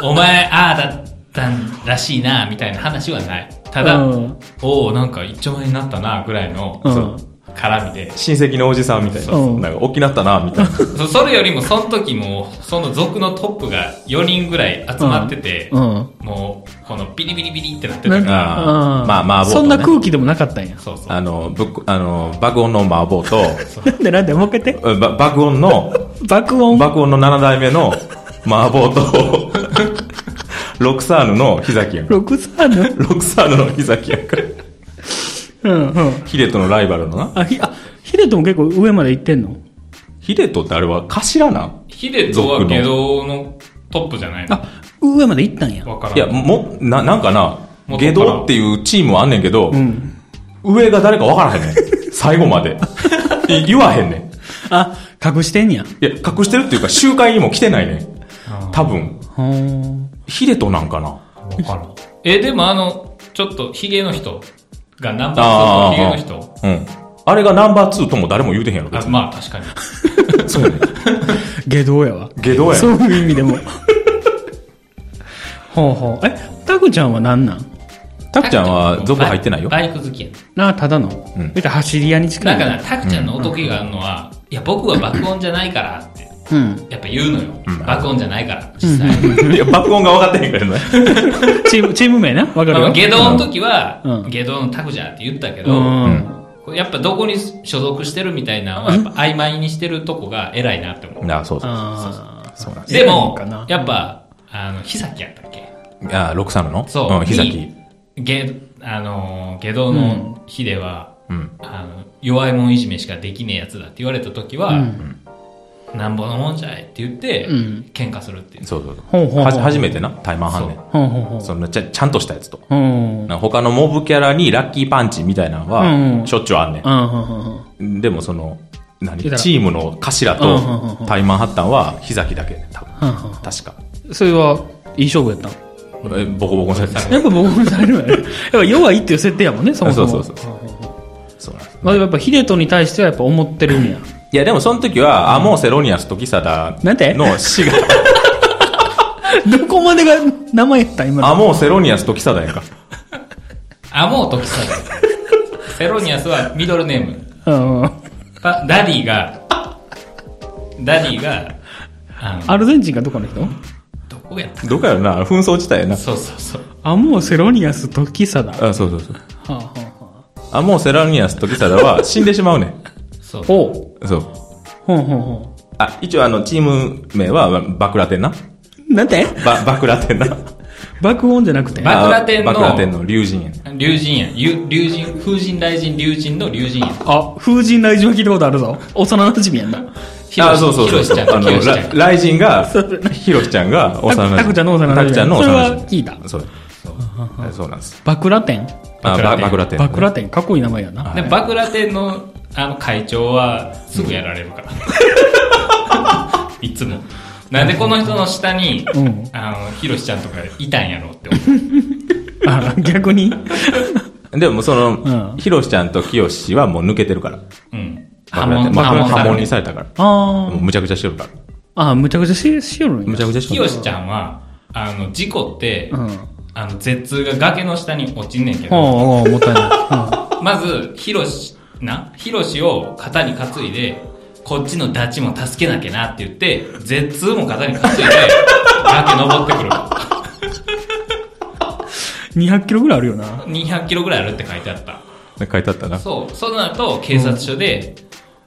[SPEAKER 1] *laughs*
[SPEAKER 2] よ。お前、ああだったんらしいな、みたいな話はない。ただ、
[SPEAKER 1] うん
[SPEAKER 2] おおなんか一丁前になったな、ぐらいの、
[SPEAKER 1] うん
[SPEAKER 2] そう絡みで。
[SPEAKER 3] 親戚のおじさんみたいな。
[SPEAKER 1] うん
[SPEAKER 3] なんか、大きなったな、みたいな。
[SPEAKER 2] そそれよりも、その時も、その族のトップが4人ぐらい集まってて、
[SPEAKER 1] うん。
[SPEAKER 2] もう、このビリビリビリってなって
[SPEAKER 1] な
[SPEAKER 2] た
[SPEAKER 1] ん
[SPEAKER 2] から、
[SPEAKER 1] か、
[SPEAKER 3] あー
[SPEAKER 1] うん
[SPEAKER 3] まあまあ
[SPEAKER 1] そんな空気でもなかったんや。
[SPEAKER 2] そうそう。
[SPEAKER 3] あの、ぶっこあの、爆音の麻婆と、
[SPEAKER 1] なんでなんで、もう一回言って。
[SPEAKER 3] うんば爆音の、
[SPEAKER 1] 爆音。
[SPEAKER 3] 爆音の7代目の麻婆と、 *laughs* ロクサーヌの日崎やんか。
[SPEAKER 1] 六三の。
[SPEAKER 3] ロクサーヌの日崎やんか。
[SPEAKER 1] うんうん。
[SPEAKER 3] ヒデトのライバルのな。
[SPEAKER 1] あ、ひ、あ、ヒデトも結構上まで行ってんの
[SPEAKER 3] ヒデトってあれは頭なん
[SPEAKER 2] ヒデとは下道のトップじゃないの
[SPEAKER 1] あ、上まで行ったんや。
[SPEAKER 2] わからん。
[SPEAKER 3] いや、も、な、なんかな、
[SPEAKER 2] 元
[SPEAKER 3] 下
[SPEAKER 2] から
[SPEAKER 3] 道っていうチームはあんねんけど、
[SPEAKER 1] うん。
[SPEAKER 3] 上が誰か分からへんねん。最後まで。い言わへんねん。い
[SPEAKER 1] あ、隠してんや。
[SPEAKER 3] や、隠してるっていうか、集会にも来てないねん。
[SPEAKER 2] あ
[SPEAKER 3] 多分、
[SPEAKER 1] ほーん。
[SPEAKER 3] ヒデトなんかな。
[SPEAKER 2] ーわからん。え、でもあの、ちょっとヒゲの人が、ナンバー2のヒゲの人
[SPEAKER 3] うん。あれがナンバー2とも誰も言うてへんやろ、
[SPEAKER 2] あ
[SPEAKER 3] 別に。
[SPEAKER 2] まあ確かに。
[SPEAKER 3] そうやねん
[SPEAKER 1] 下道やわ。
[SPEAKER 3] 下道や
[SPEAKER 1] そういう意味でも。ほうほう。え、タクちゃんは何なん
[SPEAKER 3] *laughs* タクちゃんは族入ってないよ。
[SPEAKER 2] バイバイク好きやね
[SPEAKER 1] なあ、ただの。言うたら走り屋に近い
[SPEAKER 2] だ
[SPEAKER 1] の。
[SPEAKER 2] から、タクちゃんのおときがあるのは、いや、僕は爆音じゃないからって、
[SPEAKER 1] うん。
[SPEAKER 2] やっぱ言うのよ。爆音じゃないから、実際。
[SPEAKER 3] いや、爆音が分かってへんからね。
[SPEAKER 1] チーム、チーム名なわかる
[SPEAKER 2] まあ、
[SPEAKER 1] よ。
[SPEAKER 2] 下道の時は、
[SPEAKER 1] うん
[SPEAKER 2] 下道のタクじゃって言ったけ
[SPEAKER 1] う
[SPEAKER 2] ど、
[SPEAKER 1] ん。
[SPEAKER 2] これやっぱどこに所属してるみたいなのは、やっぱ曖昧にしてるとこが偉いなって思う。
[SPEAKER 3] なあ、そうそう
[SPEAKER 1] ああ。
[SPEAKER 3] そうなんです
[SPEAKER 2] でも
[SPEAKER 1] 偉いんかな、
[SPEAKER 2] やっぱ、あの、ひさきやったっけ
[SPEAKER 3] ああ、六三の
[SPEAKER 2] そう。
[SPEAKER 3] ん、ひざき。
[SPEAKER 2] に。げ、あのー、下道の日では、
[SPEAKER 3] うん。
[SPEAKER 2] あの、弱いもんいじめしかできねえやつだって言われた時
[SPEAKER 1] う
[SPEAKER 2] は、
[SPEAKER 1] ん。
[SPEAKER 2] なんぼのもんじゃいって言って、
[SPEAKER 1] うん
[SPEAKER 2] 喧嘩するっていう。
[SPEAKER 3] そうそう
[SPEAKER 1] ほうほ
[SPEAKER 3] そう。
[SPEAKER 1] うほう。
[SPEAKER 3] はじ初めてな、タイマンハンね。
[SPEAKER 1] ほうほうほう。
[SPEAKER 3] そのちゃちゃんとしたやつと。
[SPEAKER 1] うん。うん。
[SPEAKER 3] なんか他のモブキャラにラッキーパンチみたいなの
[SPEAKER 1] うんうん
[SPEAKER 3] は、しょっちゅうあんね
[SPEAKER 1] うん。
[SPEAKER 3] ん。でもその、何
[SPEAKER 1] 言うたら
[SPEAKER 3] チームの頭
[SPEAKER 1] うんうんうんう
[SPEAKER 3] と
[SPEAKER 1] ん
[SPEAKER 3] タイマンハッタンは、ひざきだけね、多分。
[SPEAKER 1] はんはんは
[SPEAKER 3] 確か。
[SPEAKER 1] んそれは、いい勝負やったん
[SPEAKER 3] えボコボコにされ
[SPEAKER 1] *laughs*
[SPEAKER 3] てた。
[SPEAKER 1] やっぱ僕もされるわね。やっぱ弱いっていう設定やもんね、そもそも。。
[SPEAKER 3] そうそうそうそうなんです。
[SPEAKER 1] まあでもやっぱヒデトに対してはやっぱ思ってる
[SPEAKER 3] *laughs*
[SPEAKER 1] んや。
[SPEAKER 3] いや、でもその時は、アモーセロニアス時貞
[SPEAKER 1] なんて
[SPEAKER 3] の
[SPEAKER 1] *laughs*
[SPEAKER 3] 死が、
[SPEAKER 1] どこまでが名前やったん今
[SPEAKER 3] ア
[SPEAKER 1] の。
[SPEAKER 3] モーセロニアス時貞やんか。
[SPEAKER 2] あ、もう時さだ。 *laughs* セロニアスはミドルネーム。
[SPEAKER 1] うん。
[SPEAKER 2] パダディが、ダディが、あの、
[SPEAKER 1] アルゼンチンかどこの人
[SPEAKER 2] どこやった
[SPEAKER 3] どこやろな、紛争地帯やな。
[SPEAKER 2] そうそうそう。
[SPEAKER 1] あ、もうセロニアス時貞。は
[SPEAKER 3] あ、そうそうそう。
[SPEAKER 1] あ、はあは
[SPEAKER 3] あ、もうセラニアス時
[SPEAKER 1] *laughs*
[SPEAKER 3] 貞は死んでしまうねん。
[SPEAKER 2] そ
[SPEAKER 1] あ、
[SPEAKER 2] う。
[SPEAKER 1] ほう。
[SPEAKER 3] そう。
[SPEAKER 1] ほうほうほ
[SPEAKER 3] あ、一応あの、チーム名は、まバクラテンな。
[SPEAKER 1] う。なんて
[SPEAKER 3] バ、バクラテンな。
[SPEAKER 1] 爆音じゃなくて。
[SPEAKER 2] バクラテンの
[SPEAKER 3] あバクラテンの竜神やね
[SPEAKER 2] 竜神や。ゆ竜神、風神雷神竜神の竜神や。
[SPEAKER 1] あ、風神雷神は聞いたことあるぞ。幼馴染やんな。
[SPEAKER 3] あ、そうそうそう
[SPEAKER 2] ヒロシ
[SPEAKER 3] そ
[SPEAKER 2] ちゃ
[SPEAKER 3] う。あ
[SPEAKER 2] ん、ヒ
[SPEAKER 3] の
[SPEAKER 2] ロシちゃん、。
[SPEAKER 3] ライジンが
[SPEAKER 1] そう、
[SPEAKER 3] ヒロシちゃんが、幼馴染。
[SPEAKER 1] タクちゃんの幼馴染
[SPEAKER 3] タクちゃんの幼馴染。
[SPEAKER 1] それは聞いた
[SPEAKER 3] そう。そうそうなんです。
[SPEAKER 1] バクラテン
[SPEAKER 3] あ、バ
[SPEAKER 2] バ
[SPEAKER 3] バ
[SPEAKER 2] ク
[SPEAKER 3] クラテン。
[SPEAKER 1] バクラテン、かっこいい名前やな。
[SPEAKER 2] で、バクラテンの、あの、会長は、すぐやられる
[SPEAKER 3] *laughs*
[SPEAKER 2] から。いつも。なんでこの人の下に、
[SPEAKER 1] うん
[SPEAKER 2] あの、ヒロシちゃんとかいたんやろうって思う。
[SPEAKER 1] あ、逆に。
[SPEAKER 3] でもその
[SPEAKER 1] う、ん
[SPEAKER 3] ヒロシちゃんとキヨシはもう抜けてるから。
[SPEAKER 2] うん。
[SPEAKER 3] バクラテ
[SPEAKER 2] 波
[SPEAKER 3] ンバクラ
[SPEAKER 2] 紋
[SPEAKER 3] ハ
[SPEAKER 2] さ
[SPEAKER 3] モ
[SPEAKER 2] れ
[SPEAKER 3] に
[SPEAKER 2] る。
[SPEAKER 3] されたから。
[SPEAKER 1] あ
[SPEAKER 3] もうむちゃくちゃしてるから。
[SPEAKER 1] あ。あ、むちゃくちゃし、しよるんや。
[SPEAKER 3] むちゃくちゃして
[SPEAKER 2] ヒ
[SPEAKER 3] る
[SPEAKER 2] ロ。シちゃんは、あの、事故って、
[SPEAKER 1] うん。
[SPEAKER 2] あの、Z が崖の下に落ちんねんけど、
[SPEAKER 1] おうおうもったいな
[SPEAKER 2] まず、ヒロシ、な、ヒロシを肩に担いで、こっちのダチも助けなきゃなって言って、Z も肩に担いで、崖登ってく
[SPEAKER 1] *laughs* い。うん。
[SPEAKER 2] る。
[SPEAKER 1] 200キロぐらいあるよな。
[SPEAKER 2] 200キロぐらいあるって書いてあった。
[SPEAKER 3] 書いてあったな。
[SPEAKER 2] そう。その後、警察署で、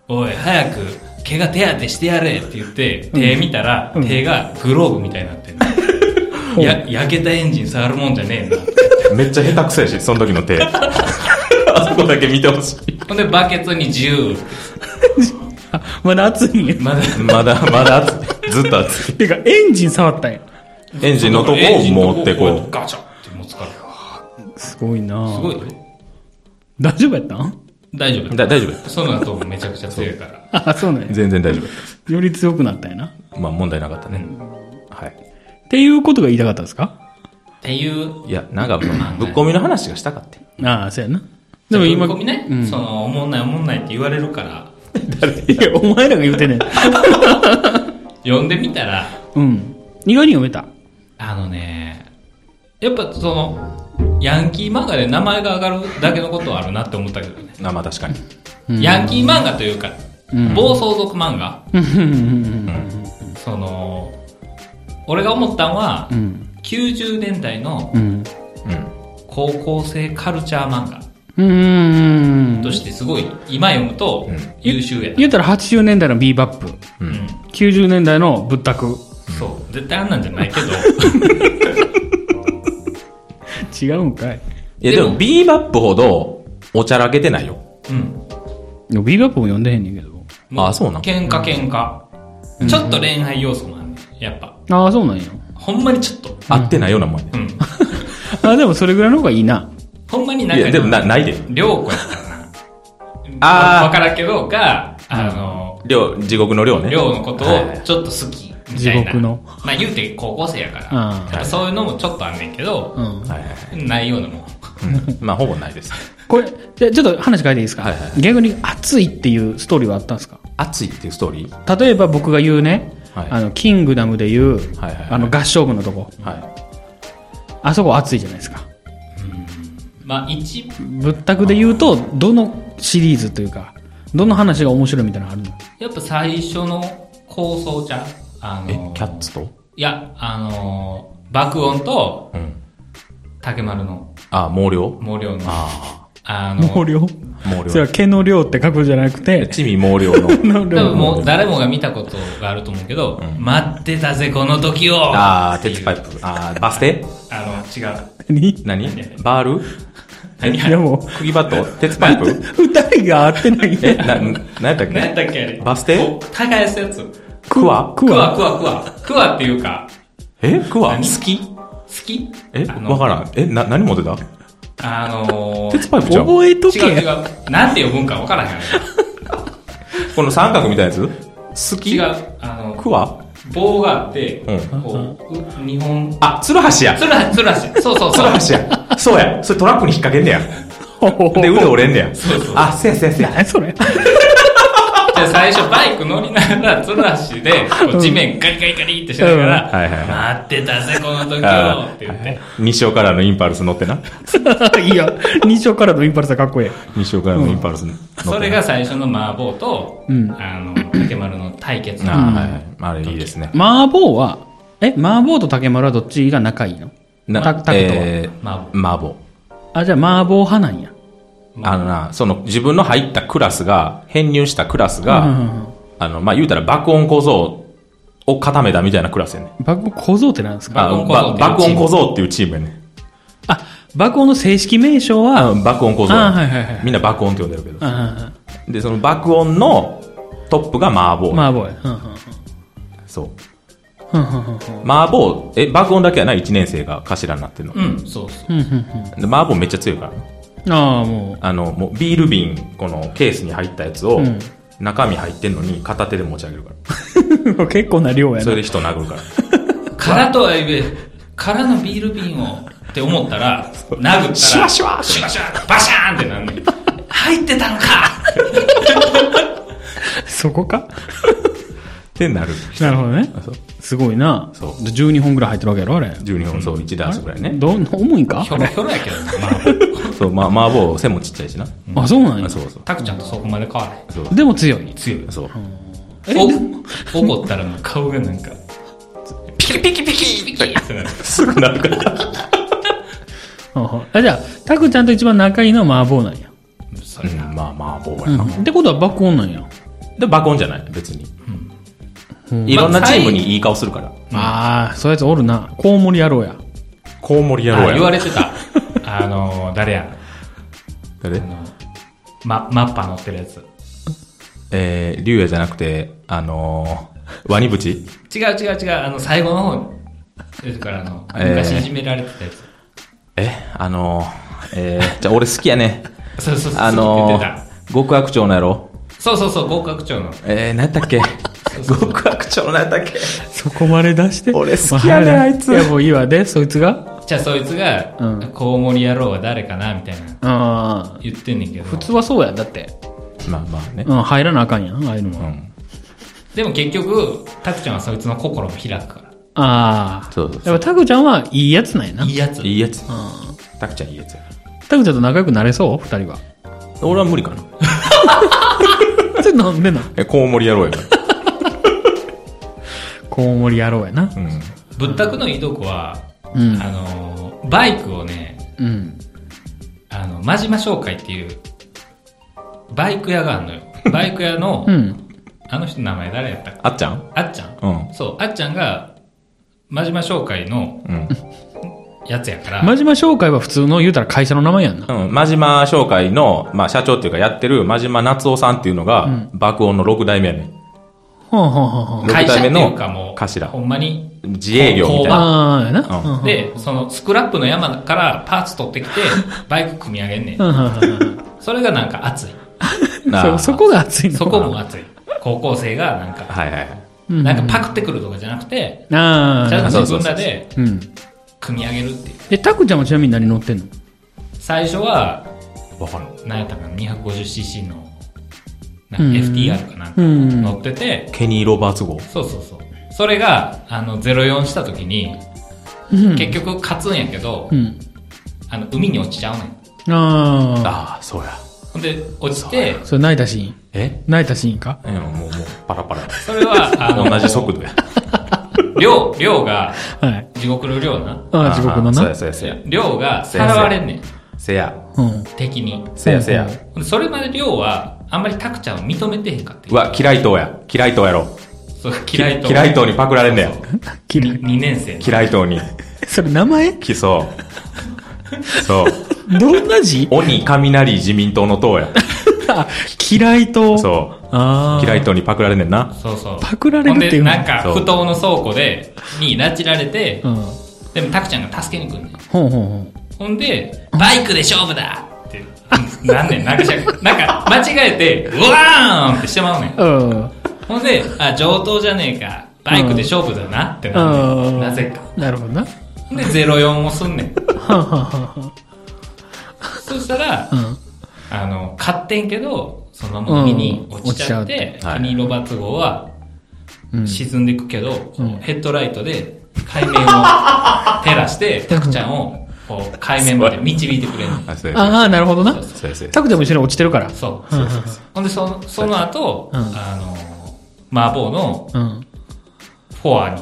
[SPEAKER 2] おい、早く、毛が手当てしてやれって言って、手見たら、
[SPEAKER 1] うん
[SPEAKER 2] 手がグローブみたいになってる。
[SPEAKER 1] ほう
[SPEAKER 2] や、焼けたエンジン触るもんじゃねえな。
[SPEAKER 3] めっちゃ下手くそやし、その時の手。あそこだけ見てほしい。
[SPEAKER 2] ほんで、バケツに銃。
[SPEAKER 1] あ、まだ暑いんや。
[SPEAKER 2] まだ、
[SPEAKER 3] まだ、まだ熱い。ずっと熱い。
[SPEAKER 1] てか、エンジン触ったんや。
[SPEAKER 3] エンジンのとこ
[SPEAKER 2] エンジンの
[SPEAKER 3] を持ってこ
[SPEAKER 2] と
[SPEAKER 3] う。
[SPEAKER 2] ガチャって持つから。す
[SPEAKER 1] すごいな
[SPEAKER 2] ごいよ。
[SPEAKER 1] 大丈夫やったん
[SPEAKER 2] 大丈夫
[SPEAKER 3] だ大丈夫です
[SPEAKER 2] その後もめちゃくちゃ強いから。
[SPEAKER 1] あ、そうなんや。
[SPEAKER 3] 全然大丈夫です
[SPEAKER 1] より強くなったんやな。
[SPEAKER 3] まあ問題なかったね。
[SPEAKER 2] うん
[SPEAKER 3] はい。
[SPEAKER 1] っていうことが言いたかったんですか
[SPEAKER 2] っていう、
[SPEAKER 3] いや、なんか、ぶっ込みの話がしたかって。
[SPEAKER 1] ああ、そうやな。
[SPEAKER 2] で
[SPEAKER 1] で
[SPEAKER 2] も
[SPEAKER 1] も
[SPEAKER 2] 今、
[SPEAKER 1] 今、
[SPEAKER 2] 込みね、
[SPEAKER 1] うん
[SPEAKER 2] その、おもんないおもんないって言われるから、
[SPEAKER 1] いや、お前らが言うてんねん。
[SPEAKER 2] 読んでみたら、
[SPEAKER 1] うん。意外に読めた。
[SPEAKER 2] あのね、やっぱその、ヤンキー漫画で名前が上がるだけのことはあるなって思ったけどね。
[SPEAKER 3] まあまあ確かに。
[SPEAKER 1] うん
[SPEAKER 2] ヤンキー漫画というか、暴走族漫画、
[SPEAKER 1] うんうん
[SPEAKER 2] その、俺が思ったんは、
[SPEAKER 1] うん
[SPEAKER 2] 90年代の
[SPEAKER 1] うん。
[SPEAKER 3] うん。
[SPEAKER 2] 高校生カルチャー漫画
[SPEAKER 1] うん。うん。
[SPEAKER 2] としてすごい、今読むと
[SPEAKER 3] うん
[SPEAKER 2] 優秀やな。
[SPEAKER 1] 言ったら80年代のビーバップ、
[SPEAKER 3] うん
[SPEAKER 2] うん
[SPEAKER 1] 90年代のぶったく。
[SPEAKER 2] そう。絶対あんなんじゃない
[SPEAKER 3] *laughs*
[SPEAKER 2] けど、
[SPEAKER 1] 違うんかい。
[SPEAKER 3] いや、で
[SPEAKER 2] で
[SPEAKER 3] も、
[SPEAKER 2] も
[SPEAKER 3] ビーバップほど、おちゃらけてないよ。
[SPEAKER 2] うん。
[SPEAKER 1] でもビーバップも読んでへんねんけど。
[SPEAKER 3] あそうなん
[SPEAKER 2] 喧嘩喧嘩。ちょっと恋愛要素もあるねん。やっぱ。
[SPEAKER 1] ああ、そうなんや。
[SPEAKER 2] ほんまにちょっと。
[SPEAKER 3] 合ってないようなもんやね
[SPEAKER 2] うん。
[SPEAKER 1] ああ、でもそれぐらいの方がいいな。
[SPEAKER 2] ほんまになん
[SPEAKER 3] い
[SPEAKER 2] か
[SPEAKER 3] や、
[SPEAKER 2] ね、
[SPEAKER 3] でもな、ないで。
[SPEAKER 2] 良子やったかな。
[SPEAKER 3] *laughs* あー
[SPEAKER 2] わからんけど、が、あの、
[SPEAKER 3] 量、地獄の量ね。
[SPEAKER 2] 亮のこと
[SPEAKER 3] はい
[SPEAKER 2] をちょっと好き。みたいな
[SPEAKER 1] 地獄の
[SPEAKER 2] まあ言うて高校生やから。
[SPEAKER 1] あー
[SPEAKER 2] やっぱそういうのもちょっとあんねんけど
[SPEAKER 1] う、ん。
[SPEAKER 3] はいはいはい。
[SPEAKER 2] ないようなもん。
[SPEAKER 3] うんまあ、ほぼないです。
[SPEAKER 1] これ、じゃあちょっと話変えていいですか、
[SPEAKER 3] はいはい
[SPEAKER 1] 逆に熱いっていうストーリーはあったんですか
[SPEAKER 3] 熱いっていうストーリー
[SPEAKER 1] 例えば僕が言うね、
[SPEAKER 3] はい
[SPEAKER 1] あの、キングダムでいう、
[SPEAKER 3] はいはいはい
[SPEAKER 1] あの、合唱部のとこ。
[SPEAKER 3] はい。
[SPEAKER 1] あそこ暑いじゃないですか。
[SPEAKER 2] まあ、一部、い
[SPEAKER 1] ぶったくで言うと、どのシリーズというか、どの話が面白いみたいなのあるの
[SPEAKER 2] やっぱ最初の構想じゃんあ
[SPEAKER 3] え、
[SPEAKER 2] の、
[SPEAKER 3] キャッツと
[SPEAKER 2] いや、あの、爆音と
[SPEAKER 3] うん。
[SPEAKER 2] 竹丸の
[SPEAKER 3] あ、毛量
[SPEAKER 2] 毛量の、
[SPEAKER 3] あ
[SPEAKER 2] あの、
[SPEAKER 1] 毛量
[SPEAKER 3] あ、毛
[SPEAKER 1] それは。
[SPEAKER 3] 量
[SPEAKER 1] 毛の量って書くじゃなくて、
[SPEAKER 3] チミ毛量の。
[SPEAKER 1] の量。
[SPEAKER 2] 多分もう誰もが見たことがあると思うけど、待ってたぜこの時を
[SPEAKER 3] ああ、
[SPEAKER 2] ってい
[SPEAKER 3] 鉄
[SPEAKER 2] う
[SPEAKER 3] パイプ。ああ、バス停
[SPEAKER 2] あの、違う。
[SPEAKER 1] に
[SPEAKER 3] 何バール
[SPEAKER 2] 何
[SPEAKER 1] いやも
[SPEAKER 3] 釘バット鉄パイプ
[SPEAKER 1] う、二人が合ってない。
[SPEAKER 3] え、な、ん何やったっ
[SPEAKER 2] 何やっ
[SPEAKER 3] け
[SPEAKER 2] たっけあれ
[SPEAKER 3] バス停
[SPEAKER 2] こう耕すやつ。
[SPEAKER 3] クワ
[SPEAKER 1] ク
[SPEAKER 2] クワ
[SPEAKER 1] ワ
[SPEAKER 2] クワクワ。クワっていうか、
[SPEAKER 3] えクワ
[SPEAKER 2] 何好き好き
[SPEAKER 3] え
[SPEAKER 2] あ
[SPEAKER 3] わ
[SPEAKER 2] の
[SPEAKER 3] からん。え、な、何持ってた
[SPEAKER 2] あのー
[SPEAKER 3] 鉄パイプじゃん。こ
[SPEAKER 1] 覚えとけ。
[SPEAKER 2] 違う違う。なんて呼ぶんかわからへんよね。
[SPEAKER 3] の三角みたいなやつ好き
[SPEAKER 2] 違う。あの、
[SPEAKER 3] クワ
[SPEAKER 2] 棒があって、
[SPEAKER 3] うん
[SPEAKER 2] こう、う日本、
[SPEAKER 3] あ、ツルハシや。
[SPEAKER 2] つるは、つるはし。そうそう
[SPEAKER 3] ツ
[SPEAKER 2] そ
[SPEAKER 3] ル
[SPEAKER 2] う
[SPEAKER 3] ハ。シや。そうや。それトラックに引っ掛けんねや。で、腕折れんねや。
[SPEAKER 2] そうそう
[SPEAKER 3] あ、せやせやせや。
[SPEAKER 1] 何 *laughs* それ
[SPEAKER 2] じゃあ最初バイク乗りながら、つるはしで、こう地面ガリガリガリってしなが
[SPEAKER 3] うんはいはい
[SPEAKER 2] ら、待ってたぜこの時をって言って。
[SPEAKER 3] 西尾からのインパルス乗ってな。
[SPEAKER 1] いや、二章からのインパルスはかっこえ
[SPEAKER 3] 西尾からのインパルス乗ってな。
[SPEAKER 2] それが最初の麻婆と、
[SPEAKER 1] うん
[SPEAKER 2] あの、竹丸の対決な。
[SPEAKER 3] あーはいはい。あれいいですね
[SPEAKER 1] え。。麻婆は、え、麻婆と竹丸はどっちが仲いいの
[SPEAKER 3] な
[SPEAKER 1] タタクとは、
[SPEAKER 3] えー
[SPEAKER 2] 麻
[SPEAKER 3] 麻婆。
[SPEAKER 1] あ、じゃあ麻婆派なんや。
[SPEAKER 3] あのな、その自分の入ったクラスが、編入したクラス
[SPEAKER 1] うんう
[SPEAKER 3] が、
[SPEAKER 1] んうん
[SPEAKER 3] あの、まあ、言うたら爆音小僧を固めたみたいなクラスやねん。
[SPEAKER 1] 爆音小僧って何ですか
[SPEAKER 2] 爆音小僧
[SPEAKER 3] あば爆音小僧っていうチームやねん。
[SPEAKER 1] あ、爆音の正式名称は、
[SPEAKER 3] あ爆音小僧
[SPEAKER 1] あはいはいはい
[SPEAKER 3] みんな爆音って呼んでるけど。
[SPEAKER 1] あ
[SPEAKER 3] で、その爆音のトップが麻婆。
[SPEAKER 1] 麻婆や。うんうんうん
[SPEAKER 3] そう。
[SPEAKER 1] うんうんうんうん
[SPEAKER 3] 麻婆、え、爆音だけやな、1年生が頭になってるの。
[SPEAKER 2] うん、そうそう。
[SPEAKER 1] うんうん
[SPEAKER 3] で麻婆めっちゃ強いからね。
[SPEAKER 1] うんああ、も
[SPEAKER 3] あの、もうビール瓶、このケースに入ったやつを、
[SPEAKER 1] うん
[SPEAKER 3] 中身入ってんのに片手で持ち上げるか
[SPEAKER 1] う。 *laughs* 結構な量
[SPEAKER 3] ら。
[SPEAKER 1] や
[SPEAKER 3] それ
[SPEAKER 1] な。
[SPEAKER 3] で人殴るから。
[SPEAKER 2] 空とはいえ、空のビール瓶をって思ったら、殴ったら、
[SPEAKER 3] シュワシュワ
[SPEAKER 2] シュワシュワバシャーンってなんねん入ってたのか
[SPEAKER 1] そこか
[SPEAKER 3] ってなる。
[SPEAKER 1] *laughs* なるほどね
[SPEAKER 3] そう。
[SPEAKER 1] すごいな。
[SPEAKER 3] そう
[SPEAKER 1] 12本ぐらい入ってるわけやろ、あれ。
[SPEAKER 3] 12本、そう、1ダースぐらいね。
[SPEAKER 1] どう、重いんか
[SPEAKER 2] ひょろひょろやけどな、まあ、
[SPEAKER 3] そう、まあ、麻婆、背もちっちゃいしな。
[SPEAKER 1] あ、そうなんや
[SPEAKER 3] あ。そうそう。
[SPEAKER 2] タクちゃんとそこまで変わらへん。
[SPEAKER 3] そう。
[SPEAKER 1] でも強い。
[SPEAKER 2] 強い。
[SPEAKER 3] そう。
[SPEAKER 1] え
[SPEAKER 2] お怒ったらもう顔がなんか、ピキピキピキピキってなる。
[SPEAKER 3] すぐなるから。
[SPEAKER 1] あ、じゃあ、タクちゃんと一番仲いいのは麻婆なんや。
[SPEAKER 2] そうれ
[SPEAKER 3] ん
[SPEAKER 2] な。、
[SPEAKER 3] まあ、麻婆
[SPEAKER 1] う
[SPEAKER 3] や
[SPEAKER 1] ん。
[SPEAKER 3] な。
[SPEAKER 1] ってことは爆音なんや。
[SPEAKER 3] で、爆音じゃない、別に。いろんなチームにいい顔するから。
[SPEAKER 1] ああ、そういうやつおるな。コウモリ野郎や。
[SPEAKER 3] コウモリ野
[SPEAKER 2] あ言わ
[SPEAKER 3] れ
[SPEAKER 2] れてた。あの、誰や。
[SPEAKER 3] 誰
[SPEAKER 2] あの、ま、マッパ乗ってるやつ。
[SPEAKER 3] えー、竜也じゃなくて、あのー、ワニブチ
[SPEAKER 2] 違う違う違う、あの、最後の方に。ですから、あの、
[SPEAKER 3] えー
[SPEAKER 2] 昔いじめられてたやつ。
[SPEAKER 3] え、あのー、えー、じゃあ俺好きや *laughs* ね。
[SPEAKER 2] そうそうそう。
[SPEAKER 3] あ
[SPEAKER 2] 言
[SPEAKER 3] の
[SPEAKER 2] って
[SPEAKER 3] ー、極悪長のやろ
[SPEAKER 2] たそうそうそう、合格長の。
[SPEAKER 3] えー、何やったっけ
[SPEAKER 2] そうそうそう
[SPEAKER 3] *laughs* 極悪長のやったっけ
[SPEAKER 1] そこまで出して。
[SPEAKER 3] 俺好きやね
[SPEAKER 1] ま
[SPEAKER 3] あいつ
[SPEAKER 1] いや、もういいわ。で、そいつが
[SPEAKER 2] じゃあ、そいつが、
[SPEAKER 1] うん
[SPEAKER 2] コウモリ野郎は誰かなみたいな
[SPEAKER 1] ああ。
[SPEAKER 2] 言ってんねんけど。
[SPEAKER 1] 普通はそうや。だって。
[SPEAKER 3] まあまあね
[SPEAKER 1] う。ん、入らなあかんやん、ああいうの
[SPEAKER 3] う
[SPEAKER 1] は。
[SPEAKER 3] ん。
[SPEAKER 2] でも結局、タクちゃんはそいつの心も開くから。
[SPEAKER 1] ああ。
[SPEAKER 3] そうそうそ
[SPEAKER 1] やっぱタクちゃんはいいやつなんやな。
[SPEAKER 2] いいやつ
[SPEAKER 3] う。。いいやつ。
[SPEAKER 1] うん
[SPEAKER 3] たくちゃんいいやつや。
[SPEAKER 1] タクちゃんと仲良くなれそう二人は。
[SPEAKER 3] 俺は無理かな。
[SPEAKER 1] それなんでなん
[SPEAKER 3] え、コウモリ野郎やから。
[SPEAKER 1] コウモリ野郎やな。
[SPEAKER 3] *laughs* うん。
[SPEAKER 2] ぶったくのいいとこは、
[SPEAKER 1] うん
[SPEAKER 2] あのー、バイクをね、
[SPEAKER 1] うん。
[SPEAKER 2] あの、真島商会っていう、バイク屋があんの
[SPEAKER 3] *laughs*
[SPEAKER 2] よ。バイク屋の、
[SPEAKER 1] うん。
[SPEAKER 2] あの人の名前誰やったか
[SPEAKER 3] あっちゃん
[SPEAKER 2] あっちゃん
[SPEAKER 3] うん。
[SPEAKER 2] そう、あっちゃんが、真島商会の
[SPEAKER 3] うん。
[SPEAKER 2] やつやから、
[SPEAKER 1] 真島商会は普通の言うたら会社の名前やんな。
[SPEAKER 3] うん、真島商会の、まあ、社長っていうかやってる真島夏夫さんっていうのが、爆音の6代目やねん。
[SPEAKER 1] ほんほんほんほん。
[SPEAKER 3] 六
[SPEAKER 2] 会社っ
[SPEAKER 3] 代
[SPEAKER 2] て
[SPEAKER 3] 目
[SPEAKER 2] いう
[SPEAKER 3] の
[SPEAKER 2] かもう、
[SPEAKER 3] 頭
[SPEAKER 2] ほんまに。
[SPEAKER 3] 自営業みたいな。
[SPEAKER 1] ああ、やな。
[SPEAKER 3] うん
[SPEAKER 1] うん
[SPEAKER 2] で、そのスクラップの山からパーツ取って
[SPEAKER 1] *laughs*
[SPEAKER 2] きて、バイク組み上げんねん
[SPEAKER 1] う。んうんうんうん
[SPEAKER 2] それがなんか熱い。
[SPEAKER 3] あー
[SPEAKER 1] そうそこが熱いの
[SPEAKER 2] そこも熱い。高校生がなんか、
[SPEAKER 3] はいはい。
[SPEAKER 1] うん
[SPEAKER 2] なんかパクってくるとかじゃなくて、
[SPEAKER 1] あ
[SPEAKER 2] ちゃん
[SPEAKER 1] あ
[SPEAKER 2] と自分らで
[SPEAKER 1] うん
[SPEAKER 2] 組み上げるっていう。
[SPEAKER 1] えタクちゃんはちなみに何乗ってんの
[SPEAKER 2] 最初は、
[SPEAKER 3] わかる。
[SPEAKER 2] 何やったかな、250cc の、なん
[SPEAKER 1] うん
[SPEAKER 2] か FTR かなんか
[SPEAKER 1] うん
[SPEAKER 2] 乗ってて、
[SPEAKER 3] ケニー・ロバーツ号。
[SPEAKER 2] そうそうそう。それが、あの、04した時に、
[SPEAKER 1] うん
[SPEAKER 2] 結局勝つんやけど、
[SPEAKER 1] うん。
[SPEAKER 2] あの、海に落ちちゃうねん。
[SPEAKER 1] あ
[SPEAKER 3] ああ、そうや。
[SPEAKER 2] ほんで、落ちて、
[SPEAKER 1] あ。それ泣いたシーン
[SPEAKER 3] え
[SPEAKER 1] 泣いたシーンか
[SPEAKER 3] うん、もう、もう、パラパラ。
[SPEAKER 2] それは、
[SPEAKER 1] *laughs*
[SPEAKER 2] あの、
[SPEAKER 3] 同じ速度や。
[SPEAKER 2] 量、量が、
[SPEAKER 1] はい。
[SPEAKER 2] 地獄の量な。
[SPEAKER 1] ああ、地獄の
[SPEAKER 3] そうや、
[SPEAKER 1] な。
[SPEAKER 3] そうや、そうや。
[SPEAKER 2] 量がさらわれんねん。
[SPEAKER 3] せや、
[SPEAKER 1] うん。
[SPEAKER 2] 敵に。
[SPEAKER 3] せや、せや。
[SPEAKER 2] ほんでそれまで量は、あんまりタクちゃんを認めてへんかって
[SPEAKER 3] う。わ、嫌い党や。嫌い党やろ。
[SPEAKER 2] そう、嫌いと。
[SPEAKER 3] 嫌い党にパクられんねや。
[SPEAKER 1] 嫌い。
[SPEAKER 2] 2年生。
[SPEAKER 3] 嫌い党に。
[SPEAKER 1] それ名前
[SPEAKER 3] 来そう。そう。
[SPEAKER 1] どんな字
[SPEAKER 3] 鬼、雷、自民党の党や。
[SPEAKER 1] あ *laughs* 嫌いと。う。
[SPEAKER 3] そ
[SPEAKER 1] あ
[SPEAKER 3] う。
[SPEAKER 1] あ。
[SPEAKER 3] 嫌い党にパクられんねんな。
[SPEAKER 2] そうそう。
[SPEAKER 1] パクられるっていう
[SPEAKER 2] ほ
[SPEAKER 1] の
[SPEAKER 2] んで、なんか、
[SPEAKER 3] そう
[SPEAKER 2] 不当の倉庫で、に拉致られて
[SPEAKER 1] う、ん。
[SPEAKER 2] でもタクちゃんが助けに来んねん。
[SPEAKER 1] ほんほんほん。
[SPEAKER 2] ほんで、バイクで勝負だって、なんねん、なんかしゃ、なんか間違えて、うわーんってしてまうねん。
[SPEAKER 1] うん。
[SPEAKER 2] ほんで、あ、上等じゃねえか、バイクで勝負だなってなるね。
[SPEAKER 1] うんん。
[SPEAKER 2] なぜか。。
[SPEAKER 1] なるほどな。
[SPEAKER 2] ほんで、04をすんねん。
[SPEAKER 1] はんはんはんはん
[SPEAKER 2] そしたら、
[SPEAKER 1] うん。
[SPEAKER 2] あの、買ってんけど、そのまま海に落ちちゃっ
[SPEAKER 1] うん
[SPEAKER 2] て
[SPEAKER 3] ち、ゃうはい
[SPEAKER 2] キニロバツ号は
[SPEAKER 1] うん
[SPEAKER 2] 沈んでいくけど、こうヘッドライトで海
[SPEAKER 3] *laughs*
[SPEAKER 2] 面を照らして、タクちゃんをこう海面まで導いてくれるの。
[SPEAKER 3] あ、そうや、そうや
[SPEAKER 1] ああ、なるほどな。
[SPEAKER 3] そうや。そうや
[SPEAKER 1] タクちゃんも一緒に落ちてるから。
[SPEAKER 2] そう。
[SPEAKER 1] うん
[SPEAKER 2] ほんで、その、その後、
[SPEAKER 1] うん
[SPEAKER 2] あの、麻婆の
[SPEAKER 1] うん。
[SPEAKER 2] フォアに、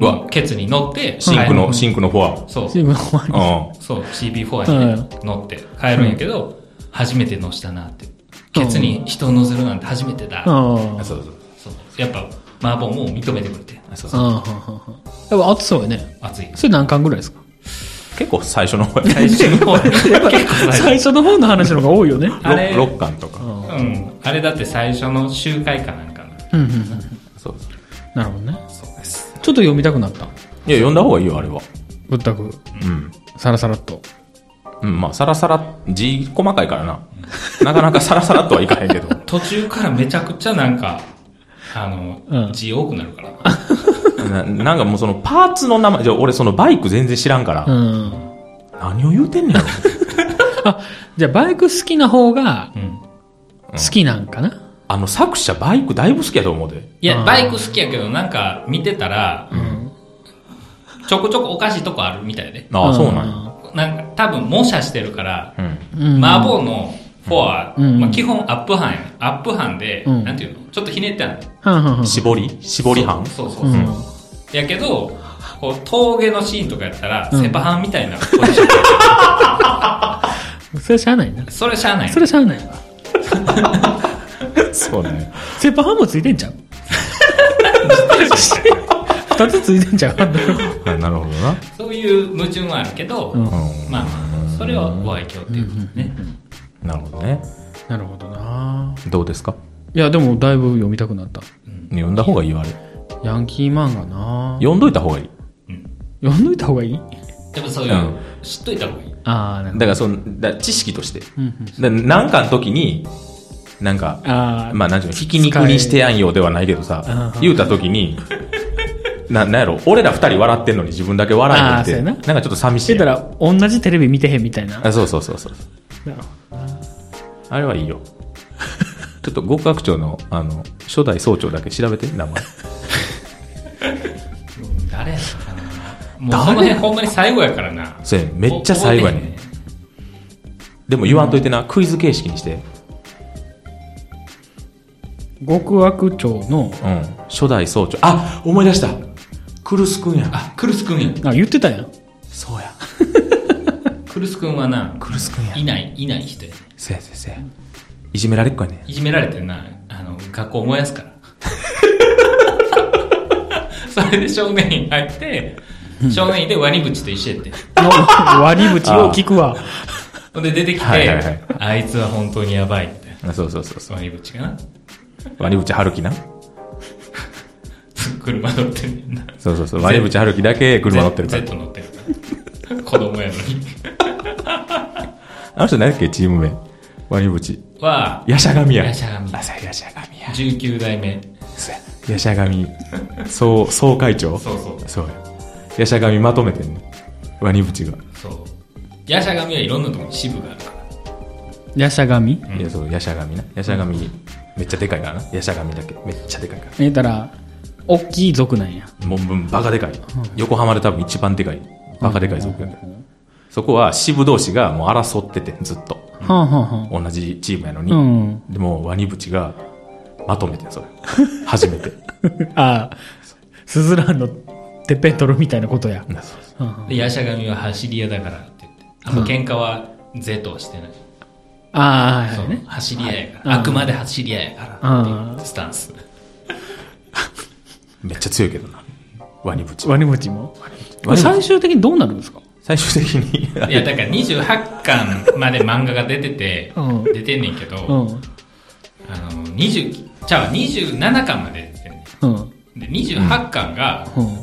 [SPEAKER 3] うわ
[SPEAKER 2] ケツに乗って、
[SPEAKER 3] シンク
[SPEAKER 2] 帰る
[SPEAKER 3] の、シンクのフォ
[SPEAKER 2] そう、
[SPEAKER 1] チームの終わり。
[SPEAKER 3] ア。うん。
[SPEAKER 2] そう、CB フォアにね、乗って帰るんやけど、初めて乗したなって。ケツに人を乗せるなんて初めてだ。
[SPEAKER 1] うん。
[SPEAKER 3] そうそ
[SPEAKER 2] そ
[SPEAKER 3] う。
[SPEAKER 2] う。やっぱ、麻婆も認めてくれて、
[SPEAKER 3] そ
[SPEAKER 1] う
[SPEAKER 3] うそ
[SPEAKER 1] ん
[SPEAKER 3] う
[SPEAKER 1] うんうんうんやっぱ暑そうやね。
[SPEAKER 2] 熱い。
[SPEAKER 1] それ何巻ぐらいですか
[SPEAKER 3] 結構最初の方や。
[SPEAKER 2] 最
[SPEAKER 3] *laughs*
[SPEAKER 2] 初の
[SPEAKER 1] *laughs*
[SPEAKER 2] 方結構最
[SPEAKER 1] 最初の方の話の方が多いよね。
[SPEAKER 2] あれ
[SPEAKER 3] 6巻とか。
[SPEAKER 1] うん。
[SPEAKER 2] 初。うん。あれだって最初の集会かなんかな。
[SPEAKER 1] うんうんうん。
[SPEAKER 3] そうそう。
[SPEAKER 1] なるほどね。
[SPEAKER 2] そうです。
[SPEAKER 1] ちょっと読みたくなった。
[SPEAKER 3] いや、読んだ方がいいよ、あれは。
[SPEAKER 1] ぶったく、
[SPEAKER 3] うん。
[SPEAKER 1] さらさらっと。
[SPEAKER 3] うん、まあ、さらさら、字細かいからな。なかなかさらさらとはいかへんけど。
[SPEAKER 2] 途中からめちゃくちゃなんか、あの、
[SPEAKER 1] うん
[SPEAKER 2] 字多くなるから。
[SPEAKER 3] ななんかもうそのパーツの名前、じゃあ俺そのバイク全然知らんから、
[SPEAKER 1] うん。
[SPEAKER 3] 何を言うてんねやろ。
[SPEAKER 1] あ、じゃあバイク好きな方が
[SPEAKER 2] うん。
[SPEAKER 1] 好きなんかな、
[SPEAKER 3] あの作者バイクだいぶ好きやと思うで。
[SPEAKER 2] い
[SPEAKER 1] あ
[SPEAKER 2] や、
[SPEAKER 1] ー
[SPEAKER 2] バイク好きやけど、なんか見てたら、ちょこちょこおかしいとこあるみたいで。
[SPEAKER 3] ああ、そうなんや。
[SPEAKER 2] なんか、多分模写してるから、
[SPEAKER 3] うん。
[SPEAKER 1] うん
[SPEAKER 2] 麻婆のフォア、
[SPEAKER 1] うん
[SPEAKER 2] まあ、基本アップ班やねアップ班で、
[SPEAKER 1] うん
[SPEAKER 2] なんていうのちょっとひねってある
[SPEAKER 1] はんはんはん。
[SPEAKER 3] 絞り絞り班
[SPEAKER 2] そうそうそうう。
[SPEAKER 1] ん。
[SPEAKER 2] やけど、こう、峠のシーンとかやったら、
[SPEAKER 1] うん
[SPEAKER 2] セパハンみたいなポジション。
[SPEAKER 1] それしゃあないな。
[SPEAKER 2] それしゃあない。
[SPEAKER 1] それしゃあないわ。
[SPEAKER 3] そうね。
[SPEAKER 1] セパハンもついてんちゃう *laughs* 二つついてんちゃう
[SPEAKER 3] ななるほどな。
[SPEAKER 2] そういう矛盾はあるけど、
[SPEAKER 1] うん
[SPEAKER 3] うん。
[SPEAKER 2] まあ、それはご愛嬌っていうことね。
[SPEAKER 3] なるほどね。
[SPEAKER 1] なるほどな
[SPEAKER 3] どうですか
[SPEAKER 1] いや、でもだいぶ読みたくなった。
[SPEAKER 3] 読んだ方がいいよ、あれ。
[SPEAKER 1] ヤンキー漫画な
[SPEAKER 3] 読んどいた方がいい。
[SPEAKER 1] 読んどいた方がいい
[SPEAKER 2] やっぱそういう
[SPEAKER 3] うん
[SPEAKER 2] の、知っといた方がいい。
[SPEAKER 1] ああ、なるほ
[SPEAKER 3] だか
[SPEAKER 1] ど。
[SPEAKER 3] らその、だ知識として。
[SPEAKER 1] うんうん
[SPEAKER 3] だなんかの時に、なんか、
[SPEAKER 1] あ
[SPEAKER 3] まあなんていうの、ひき肉にしてやんよではないけどさ
[SPEAKER 1] う、ん
[SPEAKER 3] 言うた時に、な、なんやろ、俺ら二人笑ってんのに自分だけ笑えへんっ
[SPEAKER 1] あ
[SPEAKER 3] て、
[SPEAKER 1] ーそうやな
[SPEAKER 3] なんかちょっと寂
[SPEAKER 1] あ、し
[SPEAKER 3] しい
[SPEAKER 1] て
[SPEAKER 3] やん。
[SPEAKER 1] たら、同じテレビ見てへんみたいな。
[SPEAKER 3] あそうそうそうそう。
[SPEAKER 1] なるほ
[SPEAKER 3] あれはいいよ。 *laughs* ちょっと合格長の、あの、初代総長だけ調べて、名前。
[SPEAKER 2] 誰やったかな。もうその辺ほんまに最後やからな。
[SPEAKER 3] そうやねめっちゃ最後やね
[SPEAKER 2] 覚え
[SPEAKER 3] ん
[SPEAKER 2] て。
[SPEAKER 3] でも言わんといてな、クイズ形式にして。
[SPEAKER 1] ど極悪町の、
[SPEAKER 3] うん。初代総長。あ思い出したクルス君や。
[SPEAKER 2] あ、
[SPEAKER 3] あ、
[SPEAKER 2] クルス君や。
[SPEAKER 1] あ、言ってた *laughs* やん。
[SPEAKER 3] そうや。
[SPEAKER 2] クルス君はな、
[SPEAKER 3] クルス君や。
[SPEAKER 2] いない、いない人やね
[SPEAKER 3] せやせやせや。いじめられっ子やね。
[SPEAKER 2] いじめられてな、あの、学校燃やすから。 *laughs* それで少年院入って、少年院でワニブチと一緒やって。
[SPEAKER 1] の割り口を聞くわ。
[SPEAKER 2] ほんで出てきて、
[SPEAKER 3] はいはいはい
[SPEAKER 2] あいつは本当にやばいみたい
[SPEAKER 3] あそうそうそうそ
[SPEAKER 2] な。ワニブチかな。
[SPEAKER 3] う。割り口春樹な。
[SPEAKER 2] 車乗ってるな。
[SPEAKER 3] そうそうそう。割り口春樹だけ車乗ってるから
[SPEAKER 2] Z。Z 乗ってるから。子供やのに。
[SPEAKER 3] あの人何だっけチーム名。割り口。
[SPEAKER 2] は、
[SPEAKER 3] ヤシャガミや。
[SPEAKER 2] ヤシャガミ
[SPEAKER 3] あ、そうや、ヤシャガミや。
[SPEAKER 2] 19代目。
[SPEAKER 3] そうや。ヤシャガミ、総、総会長。
[SPEAKER 2] そうそう
[SPEAKER 3] そうや。ヤシャガミまとめてんね。ワニブチが。
[SPEAKER 2] そう。ヤシャガミはいろんなところに支部があるから。
[SPEAKER 1] ヤシャガミ
[SPEAKER 3] いや、そう、ヤシャガミな。ヤシャガミ、めっちゃでかいからな。ヤシャガミだけ。めっちゃでかいから。
[SPEAKER 1] 言ったら、大きい族なんや。
[SPEAKER 3] もううんバカでかい、横浜で多分一番でかいバカでかい族やから、そこは支部同士がもう争っててずっと
[SPEAKER 1] はんはんはん。
[SPEAKER 3] 同じチームやのに、
[SPEAKER 1] うん。
[SPEAKER 3] でもワニブチがまとめてんそれ初めて
[SPEAKER 1] ああ、スズランのてっぺん取るみたいなことや。
[SPEAKER 3] なそう
[SPEAKER 1] はんはん
[SPEAKER 2] で、ヤシャガミは走り屋だからって言って。あんま喧嘩は是とはしてない。
[SPEAKER 1] ああ、
[SPEAKER 2] そ
[SPEAKER 1] は
[SPEAKER 2] う
[SPEAKER 1] いね。
[SPEAKER 2] 走り屋やか
[SPEAKER 1] は
[SPEAKER 2] ら。
[SPEAKER 1] い
[SPEAKER 2] あくまで走り屋やからっていうスタンス。
[SPEAKER 3] めっちゃ強いけどなワニブチ
[SPEAKER 1] ワニムチも。
[SPEAKER 3] ワニブチ
[SPEAKER 1] 最終的にどうなるんですか
[SPEAKER 3] 最終的に *laughs*
[SPEAKER 2] いや、だから28巻まで漫画が出てて
[SPEAKER 1] うん、
[SPEAKER 2] 出てんねんけど、
[SPEAKER 1] うん。
[SPEAKER 2] あの、20、じゃあ27巻まで出てんね
[SPEAKER 1] うん。
[SPEAKER 2] んで、28巻が
[SPEAKER 1] うん。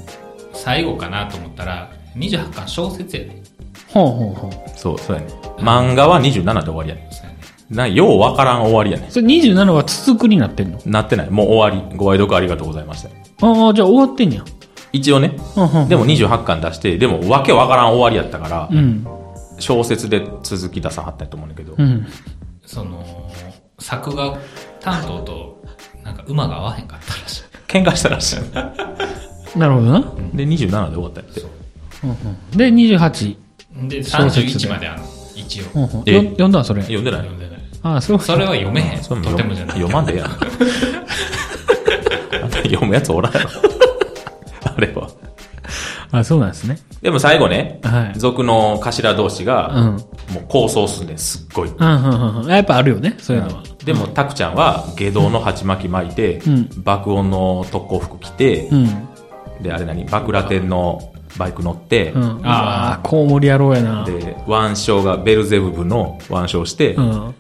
[SPEAKER 2] 最後かなと思ったら、28巻小説やねん。
[SPEAKER 1] ほうほうほう。
[SPEAKER 3] そうそうやね漫画は27で終わりやね
[SPEAKER 2] そうやね
[SPEAKER 3] なようわからん終わりやね
[SPEAKER 1] それ27は続くになってんの
[SPEAKER 3] なってないもう終わりご愛読ありがとうございました
[SPEAKER 1] ああ、じゃあ終わってんや。
[SPEAKER 3] 一応ね
[SPEAKER 1] うんうん。
[SPEAKER 3] でも28巻出してでもわけわからん終わりやったから、
[SPEAKER 1] うん。
[SPEAKER 3] 小説で続き出さはったと思うんだけど、
[SPEAKER 1] うん。
[SPEAKER 2] その、作画担当と、なんか馬が合わへんかったらしい。
[SPEAKER 3] 喧嘩したらしい
[SPEAKER 1] なるほどな。
[SPEAKER 3] で27で終わったんやって
[SPEAKER 1] うんうん。で、28。
[SPEAKER 2] で、
[SPEAKER 1] 小説で
[SPEAKER 2] 31まであるの。一応。
[SPEAKER 1] うんうん。
[SPEAKER 3] え
[SPEAKER 1] よ読んだんそれ。
[SPEAKER 3] 読んでない
[SPEAKER 2] 読んでない。
[SPEAKER 1] ああ、そう。
[SPEAKER 2] それは読めへん。
[SPEAKER 3] それも
[SPEAKER 2] とてもじゃない。
[SPEAKER 3] 読まんでえ
[SPEAKER 1] *laughs*
[SPEAKER 3] えやんあんた読むやつおらんやろあれは
[SPEAKER 1] あそうなんですね。
[SPEAKER 3] でも最後ね、
[SPEAKER 1] はい
[SPEAKER 3] 族の頭同士が、
[SPEAKER 1] うん
[SPEAKER 3] もう構想すんねんすっごい、
[SPEAKER 1] うんうんうんうん。やっぱあるよね、そういうのは。
[SPEAKER 3] でもタクちゃんは下道の鉢巻き巻いて、
[SPEAKER 1] ん
[SPEAKER 3] 爆音の特攻服着て、
[SPEAKER 1] うん。
[SPEAKER 3] であれ何爆羅天のバイク乗って、
[SPEAKER 1] うん。
[SPEAKER 2] あ
[SPEAKER 1] ああ、コウモリ野郎やな。
[SPEAKER 3] で腕章がベルゼブブの腕章して、
[SPEAKER 1] うん。うん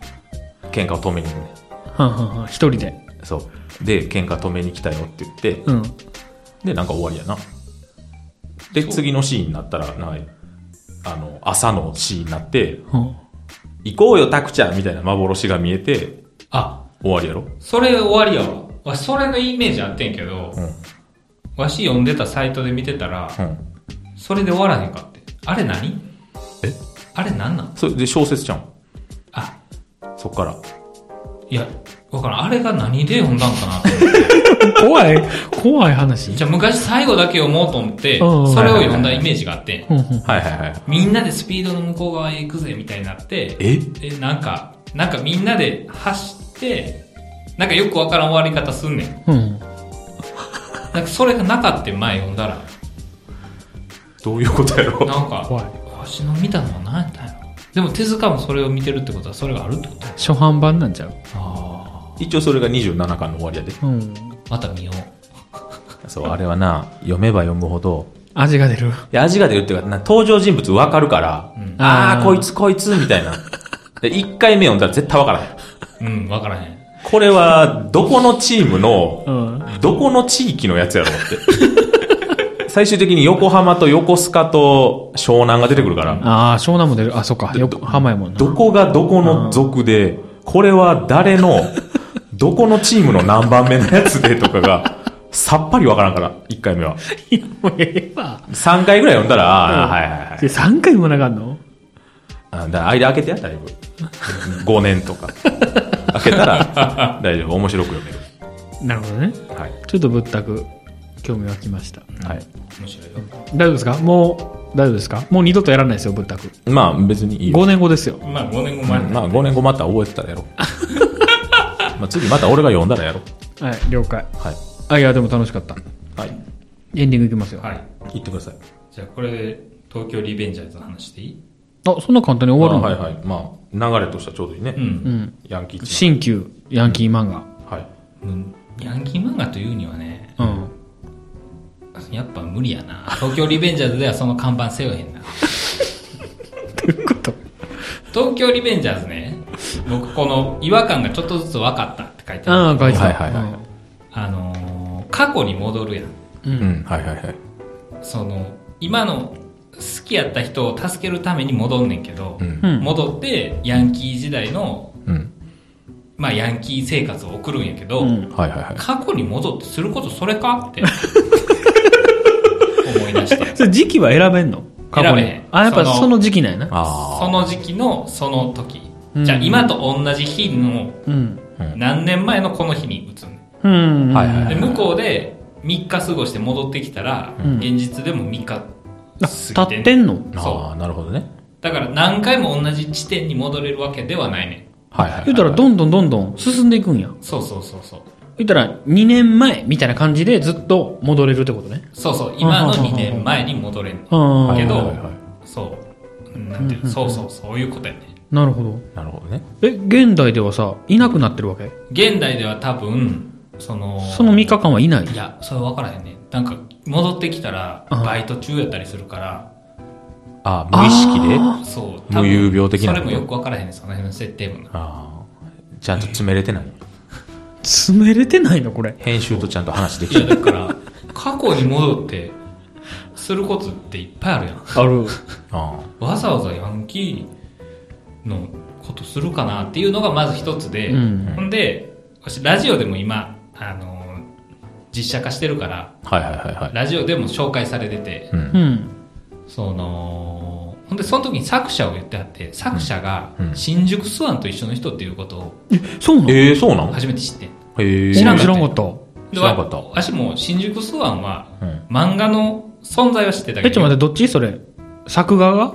[SPEAKER 3] 喧嘩を止めに行くね
[SPEAKER 1] うんうん。一人で。
[SPEAKER 3] そうで喧嘩止めに来たよって言って、
[SPEAKER 1] うん。
[SPEAKER 3] で、なんか終わりやな。で、次のシーンになったら、ない、あの、朝のシーンになって、
[SPEAKER 1] うん
[SPEAKER 3] 行こうよ、タクちゃんみたいな幻が見えて、
[SPEAKER 2] あ、
[SPEAKER 3] 終わりやろ
[SPEAKER 2] それ終わりやわ。わし、それのイメージあってんけど、
[SPEAKER 3] うん。
[SPEAKER 2] わし読んでたサイトで見てたら、
[SPEAKER 3] うん。
[SPEAKER 2] それで終わらへんかって。あれ何
[SPEAKER 3] え
[SPEAKER 2] あれ何なん
[SPEAKER 3] それで小説じゃん。
[SPEAKER 2] あ、
[SPEAKER 3] そっから。
[SPEAKER 2] いや、わからん。あれが何で読んだんかなと思って。
[SPEAKER 1] 怖い、怖い話。
[SPEAKER 2] じゃあ昔最後だけ読もうと思って、
[SPEAKER 1] うん
[SPEAKER 2] それを読んだイメージがあってん
[SPEAKER 1] う。んうん。
[SPEAKER 3] はいはいはい。
[SPEAKER 2] みんなでスピードの向こう側へ行くぜみたいになって、
[SPEAKER 3] え
[SPEAKER 2] で、なんか、なんかみんなで走って、なんかよくわからん終わり方すんねん。
[SPEAKER 1] うん。
[SPEAKER 2] なんかそれがなかった前読んだら、
[SPEAKER 3] どういうことやろ
[SPEAKER 2] なんか、
[SPEAKER 1] 怖い
[SPEAKER 2] わしの見たのは何だよ。でも手塚もそれを見てるってことはそれがあるってことや。
[SPEAKER 1] 初版版なんちゃう
[SPEAKER 2] あ
[SPEAKER 3] *laughs* 一応それが27巻の終わりやで。
[SPEAKER 1] うん。
[SPEAKER 2] あ。また見よう。
[SPEAKER 3] そう、あれはな、読めば読むほど、
[SPEAKER 1] 味が出る。
[SPEAKER 3] いや、味が出るっていうか、な登場人物わかるから、
[SPEAKER 2] ん
[SPEAKER 3] あ
[SPEAKER 1] あ
[SPEAKER 3] ー、
[SPEAKER 1] ー
[SPEAKER 3] こいつこいつ、みたい *laughs* な。で、1回目読んだら絶対わからへん。
[SPEAKER 2] うん、わからへん。
[SPEAKER 3] これ *laughs* は、どこのチームの
[SPEAKER 1] うん。
[SPEAKER 3] どこの地域のやつやろ *laughs* って。最終的に横浜と横須賀と湘南が出てくるから、
[SPEAKER 1] ああ、湘南も出る。あ、そっか。よく、浜やもんな。
[SPEAKER 3] どこがどこの族で、これは誰
[SPEAKER 1] *laughs*
[SPEAKER 3] の、どこのチームの何番目のやつでとかが、さっぱりわからんから、1回目は。
[SPEAKER 1] いや、もうええわ。
[SPEAKER 3] 3回ぐらい読んだら、ああ、はいはいはい
[SPEAKER 1] で、3回もなかんの
[SPEAKER 3] あ。だから間開けてや、だいぶ。5年とか。開け
[SPEAKER 1] *laughs*
[SPEAKER 3] たら、大丈夫。面白く読める。
[SPEAKER 1] なるほどね。
[SPEAKER 3] はい。
[SPEAKER 1] ちょっとぶったく、興味湧きました。
[SPEAKER 3] はい。
[SPEAKER 2] 面白いよ。
[SPEAKER 1] 大丈夫ですかもう、大丈夫ですかもう二度とやらないですよ、ぶったく。
[SPEAKER 3] まあ、別にいいよ。
[SPEAKER 1] 5年後ですよ。
[SPEAKER 2] まあ5年後前、
[SPEAKER 3] まあ5年後また覚えてたら
[SPEAKER 1] *laughs*
[SPEAKER 3] やろまあ次また俺が読んだらやろ
[SPEAKER 1] はい、了解。
[SPEAKER 3] はい
[SPEAKER 1] あ、いや、でも楽しかった。
[SPEAKER 3] はい
[SPEAKER 1] エンディングいきますよ。
[SPEAKER 2] はい。
[SPEAKER 3] 言ってください
[SPEAKER 2] じゃあこれで東京リベンジャーズの話でいい
[SPEAKER 1] あ、そんな簡単に終わるの
[SPEAKER 3] あはいはいまあ流れとしてはちょうどいいね、
[SPEAKER 2] うん。
[SPEAKER 3] ヤンキーチ
[SPEAKER 1] 新旧ヤンキー漫画。
[SPEAKER 3] はい
[SPEAKER 2] うんヤンキー漫画というにはね、
[SPEAKER 1] うん。
[SPEAKER 2] やっぱ無理やな。東京リベンジャーズではその看板背負えへんな。
[SPEAKER 1] ということ。
[SPEAKER 2] 東京リベンジャーズね、僕この違和感がちょっとずつ分かったって書いてある。
[SPEAKER 1] ああ、書いてた。
[SPEAKER 3] はいはいはい
[SPEAKER 2] あのー過去に戻るやん。
[SPEAKER 1] う。
[SPEAKER 3] うんんはいはいはい
[SPEAKER 2] その、今の好きやった人を助けるために戻んねんけど、
[SPEAKER 3] うん
[SPEAKER 1] うん。
[SPEAKER 2] 戻ってヤンキー時代の、
[SPEAKER 3] うん
[SPEAKER 2] まあヤンキー生活を送るんやけど、
[SPEAKER 1] うん
[SPEAKER 3] はいはいはい
[SPEAKER 2] 過去に戻ってすることそれかって
[SPEAKER 1] *laughs*
[SPEAKER 2] 思い出して。
[SPEAKER 1] それ時期は選べんの過去
[SPEAKER 2] 選べ
[SPEAKER 1] に
[SPEAKER 2] へん
[SPEAKER 1] あ、やっぱ
[SPEAKER 2] その
[SPEAKER 1] その時期なんやな。
[SPEAKER 3] あ
[SPEAKER 2] その時期のその時。
[SPEAKER 1] うん
[SPEAKER 2] じゃあ今と同じ日の
[SPEAKER 1] うん。
[SPEAKER 3] あ
[SPEAKER 2] 何年前のこの日に移る。
[SPEAKER 1] うん。
[SPEAKER 3] はいは
[SPEAKER 2] で、
[SPEAKER 3] い
[SPEAKER 2] 向こうで3日過ごして戻ってきたら、
[SPEAKER 1] ん
[SPEAKER 2] 現実でも3日過
[SPEAKER 1] あ、立
[SPEAKER 2] ぎて
[SPEAKER 1] ってんの
[SPEAKER 2] そ
[SPEAKER 3] ああ、なるほどね。
[SPEAKER 2] だから何回も同じ地点に戻れるわけではないね
[SPEAKER 3] はいはい、はい。
[SPEAKER 1] 言うたら、どんどんどんどん進んでいくんや。
[SPEAKER 2] んそうそうそうそう
[SPEAKER 1] 言うたら、2年前みたいな感じでずっと戻れるってことね。
[SPEAKER 2] そうそう今
[SPEAKER 1] う
[SPEAKER 2] の
[SPEAKER 1] んうんうんうん
[SPEAKER 2] 2年前に戻れんの
[SPEAKER 1] あ
[SPEAKER 2] けど
[SPEAKER 3] はいはいはい
[SPEAKER 2] そうなんていうのそうそうそういうことやね
[SPEAKER 1] あ、なるほど。
[SPEAKER 3] なるほどね。
[SPEAKER 1] え、現代ではさ、いなくなってるわけ
[SPEAKER 2] 現代では多分その
[SPEAKER 1] その3日間はいない。
[SPEAKER 2] いやそれ分からへんねなんか戻ってきたら
[SPEAKER 1] うん
[SPEAKER 2] バイト中やったりするから
[SPEAKER 3] ああ、無意識で
[SPEAKER 1] あ
[SPEAKER 2] そう
[SPEAKER 3] 無有病的
[SPEAKER 2] そ
[SPEAKER 3] な
[SPEAKER 2] れ
[SPEAKER 3] こと
[SPEAKER 2] もよく分からへんねその辺の設定もな
[SPEAKER 3] ああ。ちゃんと詰めれてない。
[SPEAKER 1] 詰めれてないのこれ。
[SPEAKER 3] 編集とちゃんと話で
[SPEAKER 2] い
[SPEAKER 3] き
[SPEAKER 1] *laughs*
[SPEAKER 2] や
[SPEAKER 3] る。
[SPEAKER 2] だから過去に戻ってすることっていっぱいあるやん
[SPEAKER 1] ある。
[SPEAKER 3] あ
[SPEAKER 2] わざわざヤンキーのことするかなっていうのがまず一つで、
[SPEAKER 1] うん
[SPEAKER 2] ほんで私ラジオでも今あの実写化してるから
[SPEAKER 3] あ。はいはいはいはい。
[SPEAKER 2] ラジオでも紹介されてて、
[SPEAKER 3] うん
[SPEAKER 1] う。ん。
[SPEAKER 2] そのほんでその時に作者を言ってあって作者が
[SPEAKER 3] うん
[SPEAKER 2] 新宿スワンと一緒の人っていうことを
[SPEAKER 1] え、そうなの
[SPEAKER 3] ええそうなん
[SPEAKER 2] 初めて知ってん
[SPEAKER 3] ええ
[SPEAKER 1] 知らん
[SPEAKER 2] か
[SPEAKER 1] 知
[SPEAKER 2] った
[SPEAKER 1] らんかった。
[SPEAKER 2] で
[SPEAKER 3] 知らなかった
[SPEAKER 2] わ私も新宿スワンは
[SPEAKER 3] うん
[SPEAKER 2] 漫画の存在は知ってたけど
[SPEAKER 1] え、ちょっと待って、どっちそれ。作画が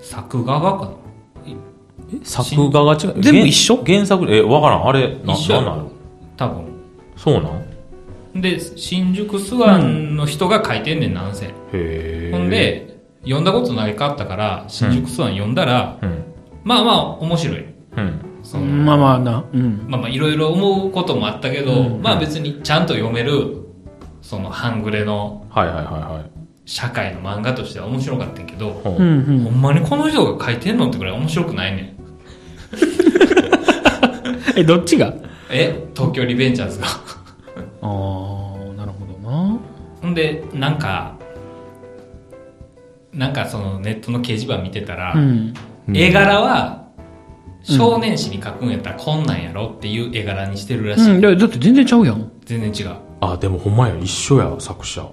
[SPEAKER 2] 作画がかな
[SPEAKER 3] 作画が違う。
[SPEAKER 1] 全部一緒
[SPEAKER 3] 原原作、え、わからん。あれ、な
[SPEAKER 2] 一緒や
[SPEAKER 3] なん
[SPEAKER 2] ろ
[SPEAKER 3] なの
[SPEAKER 2] 多分
[SPEAKER 3] そうなん
[SPEAKER 2] で新宿スワンの人が書いてんねんなんせ、
[SPEAKER 3] へえ。
[SPEAKER 2] ほん、で読んだことないかったから新宿スワン読んだら、
[SPEAKER 3] うん。
[SPEAKER 2] まあまあ面白い
[SPEAKER 3] うん。
[SPEAKER 2] その
[SPEAKER 1] まあまあな。うん。
[SPEAKER 2] まあまあいろいろ思うこともあったけど、
[SPEAKER 1] う
[SPEAKER 2] まあ別にちゃんと読めるその半グレの
[SPEAKER 3] はいはいはいはい。
[SPEAKER 2] 社会の漫画としては面白かったんやけど、
[SPEAKER 1] うんうん
[SPEAKER 2] ほ。んまにこの人が書いてんのってくらい面白くないねん
[SPEAKER 1] え、どっちが
[SPEAKER 2] え東京リベンジャーズが *laughs*
[SPEAKER 1] あー、なるほどな。
[SPEAKER 2] ほんでなんかなんかそのネットの掲示板見てたら、
[SPEAKER 1] うん。
[SPEAKER 2] 絵柄は少年誌に描くんやったらこんなんやろっていう絵柄にしてるらしい、
[SPEAKER 1] うん、いやだって全然ちゃうやん。
[SPEAKER 2] 全然違う
[SPEAKER 3] あ、でもほんまや、一緒や、作者。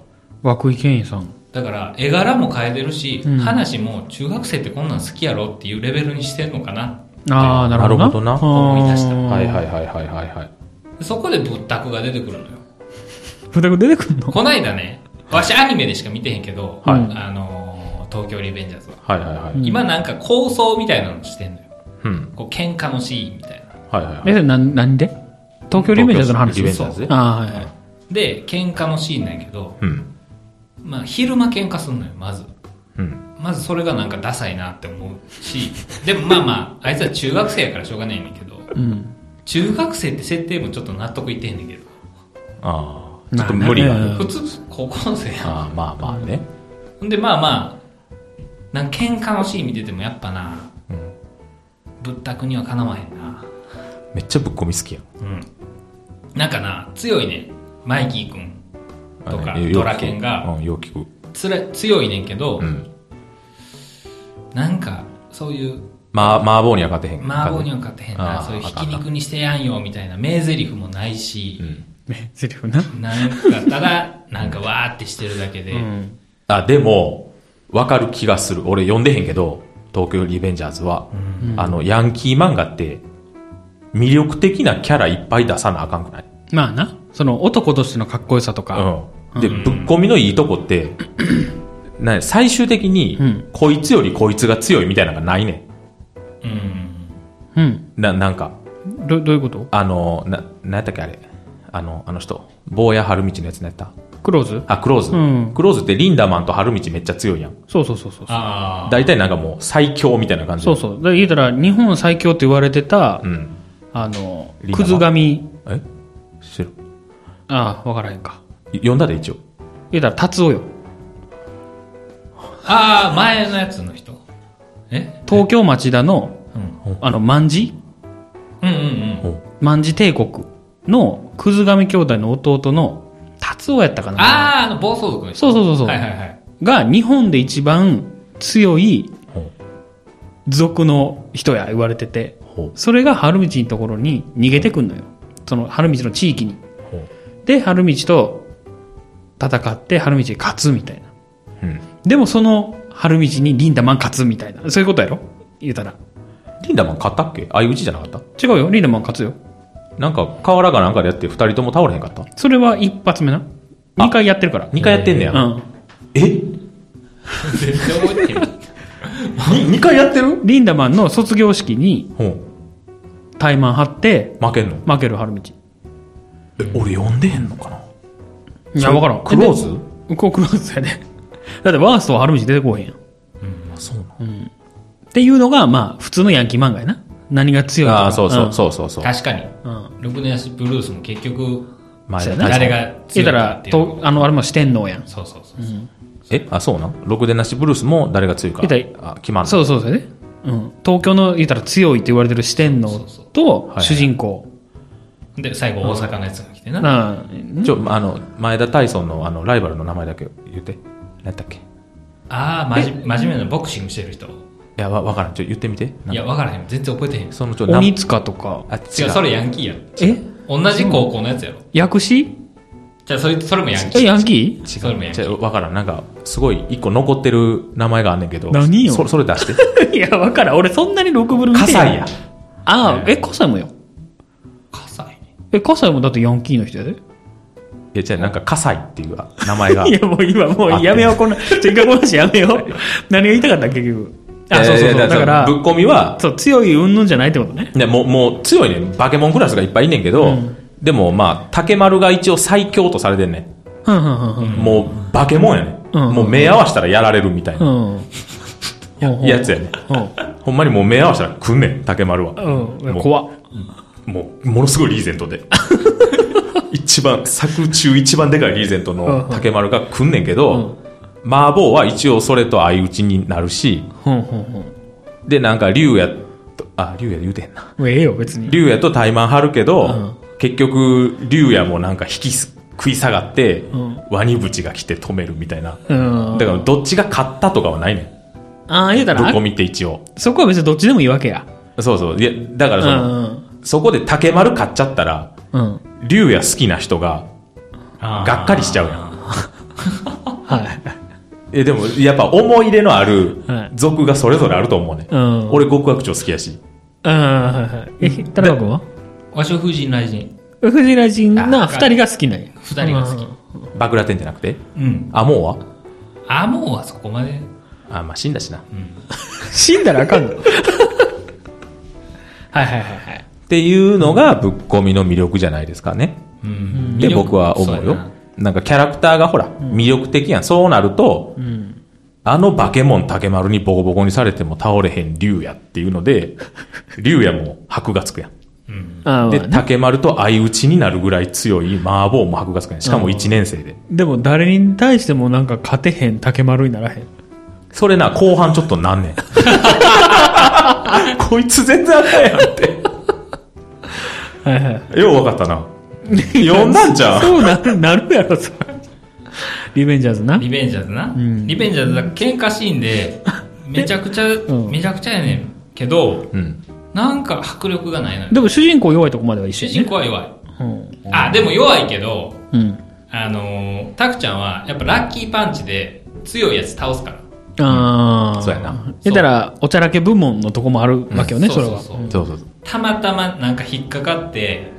[SPEAKER 1] 涌井健一さん。
[SPEAKER 2] だから絵柄も変えてるし、
[SPEAKER 1] うん
[SPEAKER 2] 話も中学生ってこんなん好きやろっていうレベルにしてんのかな
[SPEAKER 1] あー、なるほどな。
[SPEAKER 3] なるほどな
[SPEAKER 1] あー
[SPEAKER 2] 思い出した
[SPEAKER 3] はいはいはいはいはいはい。
[SPEAKER 2] そこでぶったくが出てくる
[SPEAKER 1] *laughs*
[SPEAKER 2] のよ
[SPEAKER 1] ふたく出てくんの
[SPEAKER 2] こないだねわしアニメでしか見てへんけど、
[SPEAKER 1] はい
[SPEAKER 2] あのー東京リベンジャーズは、
[SPEAKER 3] はいはいは
[SPEAKER 1] うん
[SPEAKER 3] い。
[SPEAKER 2] 今なんか構想みたいなのしてんのよ
[SPEAKER 3] うん。
[SPEAKER 2] こう喧嘩のシーンみたいな
[SPEAKER 3] はいはいはい。
[SPEAKER 1] え、な、なんで東京リベンジャーズの話
[SPEAKER 3] リベンジャーズね
[SPEAKER 1] あー、はいはい。
[SPEAKER 2] で喧嘩のシーンなんやけど、
[SPEAKER 3] うん。
[SPEAKER 2] まあ、昼間喧嘩すんのよまず
[SPEAKER 3] うん。
[SPEAKER 2] まずそれがなんかダサいなって思うし、でもまあまあ、あいつは中学生やからしょうがないねんけど、
[SPEAKER 1] うん。
[SPEAKER 2] 中学生って設定もちょっと納得いってへんねんけど、
[SPEAKER 3] ああ。ちょっと無理があ
[SPEAKER 1] まあ
[SPEAKER 3] る。
[SPEAKER 1] ね
[SPEAKER 2] 普通高校生やん。
[SPEAKER 3] ああ、まあまあね。
[SPEAKER 2] ほんでまあまあ、なんか喧嘩のシーン見ててもやっぱな、
[SPEAKER 3] うん
[SPEAKER 2] ぶったくにはかなわへんな。
[SPEAKER 3] めっちゃぶっこみ好きやん。
[SPEAKER 2] うん。なんかな、強いね、マイキーくんとか
[SPEAKER 3] あれねよく聞く
[SPEAKER 2] ドラケンが
[SPEAKER 3] うん、よく聞く。
[SPEAKER 2] つら。強いねんけど、
[SPEAKER 3] うん。
[SPEAKER 2] なんか、そういう、
[SPEAKER 3] まあ、麻婆には勝てへん。
[SPEAKER 2] 麻婆には勝てへんな、
[SPEAKER 3] あー
[SPEAKER 2] そういうひき肉にしてやんよ、みたいな名台詞もないし、
[SPEAKER 3] うん。
[SPEAKER 1] ね、セリフな。
[SPEAKER 2] なんか、ただ、なんかわーってしてるだけで、
[SPEAKER 1] うん。
[SPEAKER 3] あ、でも、わかる気がする。俺読んでへんけど、東京リベンジャーズは。あの、ヤンキー漫画って、魅力的なキャラいっぱい出さなあかんくない
[SPEAKER 1] まあな。その男としてのかっこよさとか。
[SPEAKER 3] うん。で、ぶっこみのいいとこって、な最終的に、
[SPEAKER 1] うん
[SPEAKER 3] こいつよりこいつが強いみたいなのがないね
[SPEAKER 2] うん。
[SPEAKER 1] うん。
[SPEAKER 3] ん。な、なんか、
[SPEAKER 1] ど、どういうこと
[SPEAKER 3] あの、な、なんやったっけあれ。あの、あの人。坊や春道のやつなんやった。
[SPEAKER 1] クローズ
[SPEAKER 3] あ、クローズ、
[SPEAKER 1] うん
[SPEAKER 3] クローズってリンダマンと春道めっちゃ強いやん。
[SPEAKER 1] そうそうそうそう。
[SPEAKER 2] ああ。
[SPEAKER 3] 大体なんかもう最強みたいな感じ。
[SPEAKER 1] そうそう。だから言うたら、日本最強って言われてた、
[SPEAKER 3] うん。
[SPEAKER 1] あの
[SPEAKER 3] リ、ナ
[SPEAKER 1] くず神、
[SPEAKER 3] え知る
[SPEAKER 1] ああ、わからへんか。
[SPEAKER 3] 読んだで一応。
[SPEAKER 1] 言うたら、達夫よ。
[SPEAKER 2] ああ、前のやつの人。え
[SPEAKER 1] 東京町田の、
[SPEAKER 2] うん。
[SPEAKER 1] あの、万字
[SPEAKER 2] うんうんうん。
[SPEAKER 1] 万字帝国の、くず神兄弟の弟の、達夫やったかな
[SPEAKER 2] ああ、あの、暴走族の
[SPEAKER 1] そ
[SPEAKER 2] 人。
[SPEAKER 1] うそうそうそう
[SPEAKER 2] はいはいはい。
[SPEAKER 1] が、日本で一番強い
[SPEAKER 3] ほう
[SPEAKER 1] 族の人や、言われてて。
[SPEAKER 3] ほう
[SPEAKER 1] それが春道のところに逃げてくんのよ。その春道の地域に。
[SPEAKER 3] ほう。
[SPEAKER 1] で、春道と戦って、春道に勝つみたいな。
[SPEAKER 3] うん。
[SPEAKER 1] でもその春道にリンダマン勝つみたいな。そういうことやろ言うたら。
[SPEAKER 3] リンダマン勝ったっけ相打ちじゃなかった
[SPEAKER 1] 違うよ。リンダマン勝つよ。
[SPEAKER 3] なんか、河原かなんかでやって二人とも倒れへんかった
[SPEAKER 1] それは一発目な。
[SPEAKER 3] あ
[SPEAKER 1] 2回やってるから。
[SPEAKER 3] 2回やってんねや。
[SPEAKER 1] うん。
[SPEAKER 3] え
[SPEAKER 2] 全然覚えてへん。
[SPEAKER 3] に ?2 回やってる
[SPEAKER 1] リンダマンの卒業式に
[SPEAKER 3] うん。
[SPEAKER 1] タイマン張って、
[SPEAKER 3] 負けんの
[SPEAKER 1] 負ける春道。
[SPEAKER 3] え、俺呼んでへんのかない
[SPEAKER 1] や、わからん。
[SPEAKER 3] クローズ
[SPEAKER 1] でこうクローズやで。 *laughs* だってワーストは春道出てこうへんやん。っ
[SPEAKER 3] あそうな
[SPEAKER 1] ていうのが、まあ、普通のヤンキー漫画やな。何が強いとか
[SPEAKER 3] ああ、そうそう、
[SPEAKER 1] ん
[SPEAKER 3] そうそうそう。
[SPEAKER 2] 確かに。
[SPEAKER 1] うん。
[SPEAKER 2] ロクネアシブルースも結局、
[SPEAKER 3] まあ
[SPEAKER 1] そうやな
[SPEAKER 2] 誰が
[SPEAKER 1] 言
[SPEAKER 2] 強
[SPEAKER 1] っ
[SPEAKER 2] い
[SPEAKER 1] た
[SPEAKER 2] からっ、ていうの
[SPEAKER 1] と
[SPEAKER 2] も
[SPEAKER 1] あの、あれも四天王やん。
[SPEAKER 2] そうそうそう。
[SPEAKER 3] えあ、そうなんろくでなしブルースも誰が強いか
[SPEAKER 1] 言う。
[SPEAKER 3] あ、決まんの
[SPEAKER 1] そうそうそうね。うん。東京の、言ったら強いって言われてる四天王と
[SPEAKER 3] は、い
[SPEAKER 1] 主人公。
[SPEAKER 2] で、最後大阪のやつが来てな。
[SPEAKER 1] なあ、ん
[SPEAKER 3] ちょ、あの、前田大孫のあの、ライバルの名前だけ言って。何やったっけい
[SPEAKER 2] ああ、まじ、真面目なボクシングしてる人。
[SPEAKER 3] や、わ、わからん。ちょ、言ってみて。
[SPEAKER 2] いや、わからへん。全然覚えてへん。違う、
[SPEAKER 3] そのちょ、な
[SPEAKER 1] 鬼塚とか。
[SPEAKER 3] あ、違う。
[SPEAKER 2] それヤンキーやろ。
[SPEAKER 1] え
[SPEAKER 2] 同じ高校のやつやろ。
[SPEAKER 1] 薬師
[SPEAKER 2] じゃあ、それ、それもヤンキ
[SPEAKER 1] え、
[SPEAKER 2] ー。
[SPEAKER 1] ヤンキ
[SPEAKER 2] それもヤンキ
[SPEAKER 3] 違
[SPEAKER 2] ー。
[SPEAKER 3] う、わからん。なんか、すごい、一個残ってる名前があんねんけど。
[SPEAKER 1] 何よ
[SPEAKER 3] そそれ出して。
[SPEAKER 1] *laughs* ーいや、わからん。俺そんなに6分見て
[SPEAKER 3] 葛西や。
[SPEAKER 1] ああ、え、葛西もよ。
[SPEAKER 2] 葛西ね。
[SPEAKER 1] え、葛西もだってヤンキーの人やで。
[SPEAKER 3] いや、じゃなんか、葛西っていう名前が。
[SPEAKER 1] いや、もう今、もうやめよう、こんな、ちょ、一回この話やめよう。
[SPEAKER 3] *laughs*
[SPEAKER 1] 何が言いたかった結局。あ、そうそうそう。
[SPEAKER 3] い
[SPEAKER 1] だ
[SPEAKER 3] やいや
[SPEAKER 1] から
[SPEAKER 3] ぶ、っ込みは、
[SPEAKER 1] そう、強い云々じゃないってことね。
[SPEAKER 3] ね、もう、もう強いね。バケモンクラスがいっぱいいんねんけど、でもまあ、竹丸が一応最強とされてんね
[SPEAKER 1] うん、うん、うん
[SPEAKER 3] ん。もう、バケモンやねん。
[SPEAKER 1] うん
[SPEAKER 3] もう目合わせたらやられるみたいな、
[SPEAKER 1] うん。うん。
[SPEAKER 3] やつやねん。
[SPEAKER 1] う
[SPEAKER 3] ほんまにもう目合わせたら来んねん、竹丸は。
[SPEAKER 1] ん。うん。
[SPEAKER 3] もう
[SPEAKER 1] 怖っ。
[SPEAKER 3] もう、ものすごいリーゼント
[SPEAKER 1] *laughs*
[SPEAKER 3] で。一番、作中一番でかいリーゼントの竹丸が来んねんけど、麻婆は一応それと相打ちになるし、
[SPEAKER 1] うん、うん、うん。
[SPEAKER 3] で、なんか竜やと、あ、竜や言うてへんな。
[SPEAKER 1] もうええよ、別に。
[SPEAKER 3] 竜也と対マン張るけど、結局、竜也もなんか引きす、食い下がって、
[SPEAKER 1] ん
[SPEAKER 3] ワニブチが来て止めるみたいな。
[SPEAKER 1] うん。
[SPEAKER 3] だから、どっちが勝ったとかはないねん。
[SPEAKER 1] ああ、言うた
[SPEAKER 3] ぶっ
[SPEAKER 1] ら
[SPEAKER 3] 込、みって一応。
[SPEAKER 1] そこは別にどっちでもいいわけや。
[SPEAKER 3] そうそう。いや、だか
[SPEAKER 1] う
[SPEAKER 3] らその、
[SPEAKER 1] ん。
[SPEAKER 3] そこで竹丸勝っちゃったら、
[SPEAKER 1] うん。
[SPEAKER 3] 竜也好きな人が、
[SPEAKER 2] あー
[SPEAKER 3] がっかりしちゃうやん。 *laughs*
[SPEAKER 1] はい。
[SPEAKER 3] え、でも、やっぱ思い入れのある
[SPEAKER 1] はい、
[SPEAKER 3] 族がそれぞれあると思うね。
[SPEAKER 1] うん
[SPEAKER 3] 俺、極悪長好きやし。
[SPEAKER 1] うん、はいはい。え、田中君は
[SPEAKER 2] 和尚風神雷神。
[SPEAKER 1] 藤井人な
[SPEAKER 2] あ
[SPEAKER 1] 二人が好きなんや。
[SPEAKER 2] 二人が好き。
[SPEAKER 3] バクラテンじゃなくて。
[SPEAKER 2] うん。
[SPEAKER 3] あ、もうは
[SPEAKER 2] あ、もうはそこまで。
[SPEAKER 3] あ、まあ、死んだしな。
[SPEAKER 1] 死んだらあかんの *laughs* はいはいはいはい。
[SPEAKER 3] っていうのが、ぶっ込みの魅力じゃないですかね。
[SPEAKER 2] うん。
[SPEAKER 3] で僕は思う
[SPEAKER 2] そ
[SPEAKER 3] よ
[SPEAKER 2] やな
[SPEAKER 3] なんかキャラクターがほら、魅力的やんそうなると、あのバケモン竹丸にボコボコにされても倒れへん竜也っていうの
[SPEAKER 2] *laughs*
[SPEAKER 3] で竜也も箔がつくやん
[SPEAKER 2] うん。
[SPEAKER 1] あ
[SPEAKER 3] で
[SPEAKER 1] ー、まあね、
[SPEAKER 3] 竹丸と相打ちになるぐらい強い麻婆も箔がつくやんしかも1年生で
[SPEAKER 1] でも誰に対してもなんか勝てへん竹丸にならへん。
[SPEAKER 3] それな後半ちょっとなんね
[SPEAKER 2] *laughs*
[SPEAKER 3] んこいつ全然あかんやんって
[SPEAKER 1] はいはい。
[SPEAKER 3] よう分かったな呼んだんじゃん
[SPEAKER 1] そうなる、なるやろ、それ。 *laughs* リベンジャーズな。
[SPEAKER 2] リベンジャーズな。
[SPEAKER 1] ん
[SPEAKER 2] リベンジャーズだ、喧嘩シー
[SPEAKER 1] *laughs*
[SPEAKER 2] ンで、めちゃくちゃ、
[SPEAKER 1] うん
[SPEAKER 2] めちゃくちゃやねんけど、
[SPEAKER 3] うん
[SPEAKER 2] なんか迫力がないのよ。
[SPEAKER 1] でも主人公弱いとこまでは一緒
[SPEAKER 2] 主
[SPEAKER 1] や
[SPEAKER 2] 人
[SPEAKER 1] ね。
[SPEAKER 2] 公は弱い。
[SPEAKER 1] うん。
[SPEAKER 2] あ、でも弱いけど、
[SPEAKER 1] うん。
[SPEAKER 2] あのー、タクちゃんは、やっぱラッキーパンチで強いやつ倒すから。
[SPEAKER 1] ああ。
[SPEAKER 3] そうやな。
[SPEAKER 1] 言ったら、おちゃらけ部門のとこもあるわけよね、
[SPEAKER 2] うん
[SPEAKER 1] それは。
[SPEAKER 2] そうそうそう
[SPEAKER 3] そうそうそう
[SPEAKER 2] たまたまなんか引っかかって、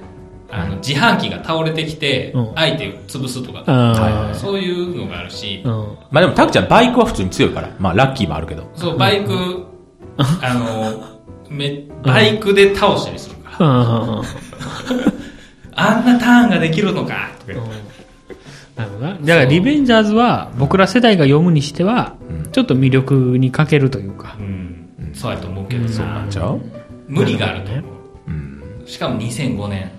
[SPEAKER 2] あの、自販機が倒れてきて
[SPEAKER 1] うん、
[SPEAKER 2] 相手を潰すとか、
[SPEAKER 1] あー
[SPEAKER 2] そういうのがあるし、
[SPEAKER 1] うん。
[SPEAKER 3] まあでもタクちゃんバイクは普通に強いからまあラッキーもあるけど
[SPEAKER 2] そう、バイク、あのー、め、バイクで倒したりするから。
[SPEAKER 1] ああ。
[SPEAKER 2] あんなターンができるのかとか言って
[SPEAKER 1] なるほどな。だから、リベンジャーズは、僕ら世代が読むにしては、ちょっと魅力に欠けるというか
[SPEAKER 2] う。ん、そうやと思うけどさ、
[SPEAKER 3] じゃあ
[SPEAKER 2] 無理があると思う。しかも2005年、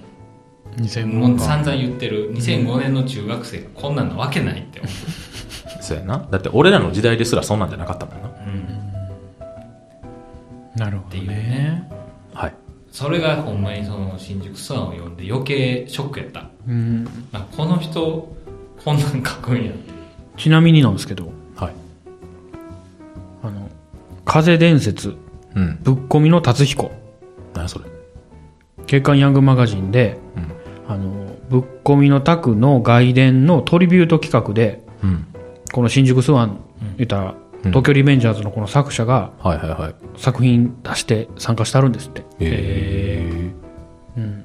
[SPEAKER 2] もう散々言ってる、2005年の中学生がこんなんなわけないって思
[SPEAKER 3] そうやな。だって俺らの時代ですらそんなんじゃなかったもんな。
[SPEAKER 2] う。うん、
[SPEAKER 1] なるほ
[SPEAKER 2] っていう。ね。
[SPEAKER 3] はい。
[SPEAKER 2] それがほんまにその新宿スワンを読んで余計ショックやった。
[SPEAKER 1] うん。
[SPEAKER 2] なんかこの人、こんなん書くんや。
[SPEAKER 1] ちなみになんですけど、
[SPEAKER 3] はい。
[SPEAKER 1] あの、風伝説、
[SPEAKER 3] うん。
[SPEAKER 1] ぶっ込みの達彦、
[SPEAKER 3] 何それ。
[SPEAKER 1] 月刊ヤングマガジンで、あの、ぶっ込みのタクの外伝のトリビュート企画で、
[SPEAKER 3] うん。
[SPEAKER 1] この新宿スワン、言ったら、東京リベンジャーズのこの作者が
[SPEAKER 3] はいはいはい。
[SPEAKER 1] 作品出して参加してあるんですって。
[SPEAKER 3] へえ。うん。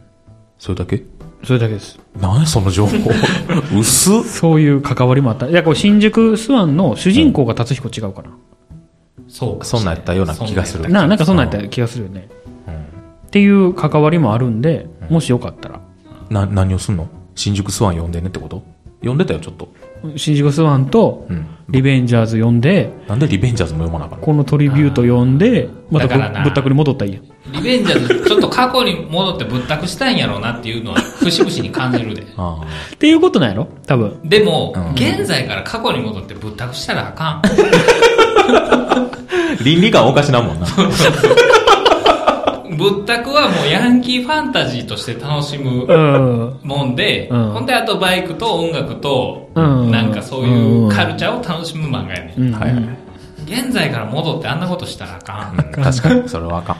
[SPEAKER 3] それだけ
[SPEAKER 1] それだけです。
[SPEAKER 3] 何その情報 *laughs* 薄っ
[SPEAKER 1] そういう関わりもあった。いや、これ新宿スワンの主人公が達彦違うかな。
[SPEAKER 2] そうか
[SPEAKER 3] そんなんやったような気がする
[SPEAKER 2] そんなんや
[SPEAKER 1] な
[SPEAKER 2] っ
[SPEAKER 1] なんかそんなんやった気がするよね。
[SPEAKER 3] うん
[SPEAKER 1] っていう関わりもあるんで、もしよかったら。
[SPEAKER 3] な何をすんの新宿スワン呼んでねってこと呼んでたよちょっと
[SPEAKER 1] 新宿スワンと
[SPEAKER 3] うん
[SPEAKER 1] リベンジャーズ呼んで、
[SPEAKER 3] なんでリベンジャーズも読まなあかった
[SPEAKER 1] このトリビュート呼んで、また
[SPEAKER 2] だからな
[SPEAKER 1] ぶぶったくり戻ったらいいやん。
[SPEAKER 2] たリベンジャーズちょっと過去に戻ってぶったくしたいんやろうなっていうのは節々に感じるで
[SPEAKER 3] ああ
[SPEAKER 1] っていうことなんやろ多分。
[SPEAKER 2] でも、
[SPEAKER 3] うん
[SPEAKER 2] 現在から過去に戻ってぶったくしたらあかん
[SPEAKER 3] *laughs* 倫理観おかしなもんな
[SPEAKER 2] *laughs* ぶったくはもうヤンキーファンタジーとして楽しむ
[SPEAKER 1] うん。
[SPEAKER 2] もんで、
[SPEAKER 1] うん
[SPEAKER 2] ほんであとバイクと音楽と、
[SPEAKER 1] うん
[SPEAKER 2] なんかそういうカルチャーを楽しむ漫画やね、
[SPEAKER 1] うん
[SPEAKER 3] はいはい
[SPEAKER 2] 現在から戻ってあんなことしたらあかんっ
[SPEAKER 3] 確かにそれはあかん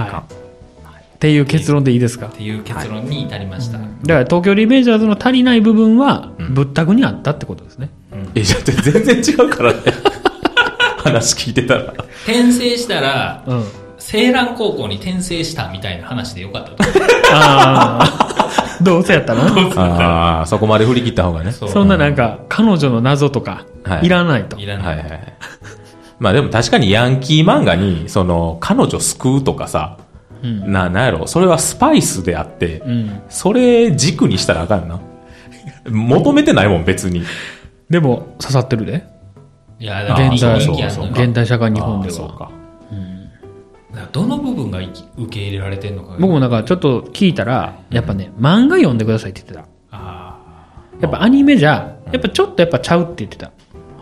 [SPEAKER 1] はい。っていう結論でいいですか
[SPEAKER 2] ていう結論に至りました、
[SPEAKER 1] だから東京リベンジャーズの足りない部分は、ぶったくにあったってことですね。
[SPEAKER 3] えじゃあ全然違うからね *laughs* 話聞いてたら
[SPEAKER 2] 転生したら
[SPEAKER 1] うん。
[SPEAKER 2] 青蘭高校に転生したみたいな話でよかったと
[SPEAKER 1] ああ。どうせやったの
[SPEAKER 3] ああそこまで振り切った方がね
[SPEAKER 2] そう
[SPEAKER 1] そんななんか、彼女の謎とか
[SPEAKER 3] は、い
[SPEAKER 1] いらないと。
[SPEAKER 2] いら
[SPEAKER 3] は
[SPEAKER 2] ないい、
[SPEAKER 3] はい。まあでも確かにヤンキー漫画に、その、彼女救うとかさ、
[SPEAKER 1] うん
[SPEAKER 3] な、なんやろ、それはスパイスであって、
[SPEAKER 1] うん。
[SPEAKER 3] それ軸にしたらあかんよな。求めてないもん、別に。
[SPEAKER 1] でも、刺さってるで。
[SPEAKER 2] いやだから
[SPEAKER 1] 現代、
[SPEAKER 2] 人
[SPEAKER 3] そう
[SPEAKER 2] 気あん
[SPEAKER 3] そ
[SPEAKER 2] の
[SPEAKER 3] う
[SPEAKER 2] よ
[SPEAKER 3] そう
[SPEAKER 2] だか
[SPEAKER 1] 現代社会日本で
[SPEAKER 3] あーそう
[SPEAKER 1] は。
[SPEAKER 3] か。
[SPEAKER 2] らどの部分がい受け入れられてんのか
[SPEAKER 1] 僕もなんかちょっと聞いたら、やっぱね、漫画読んでくださいって言ってた。
[SPEAKER 2] あ
[SPEAKER 1] やっぱアニメじゃ、やっぱちょっとやっぱちゃうって言ってた。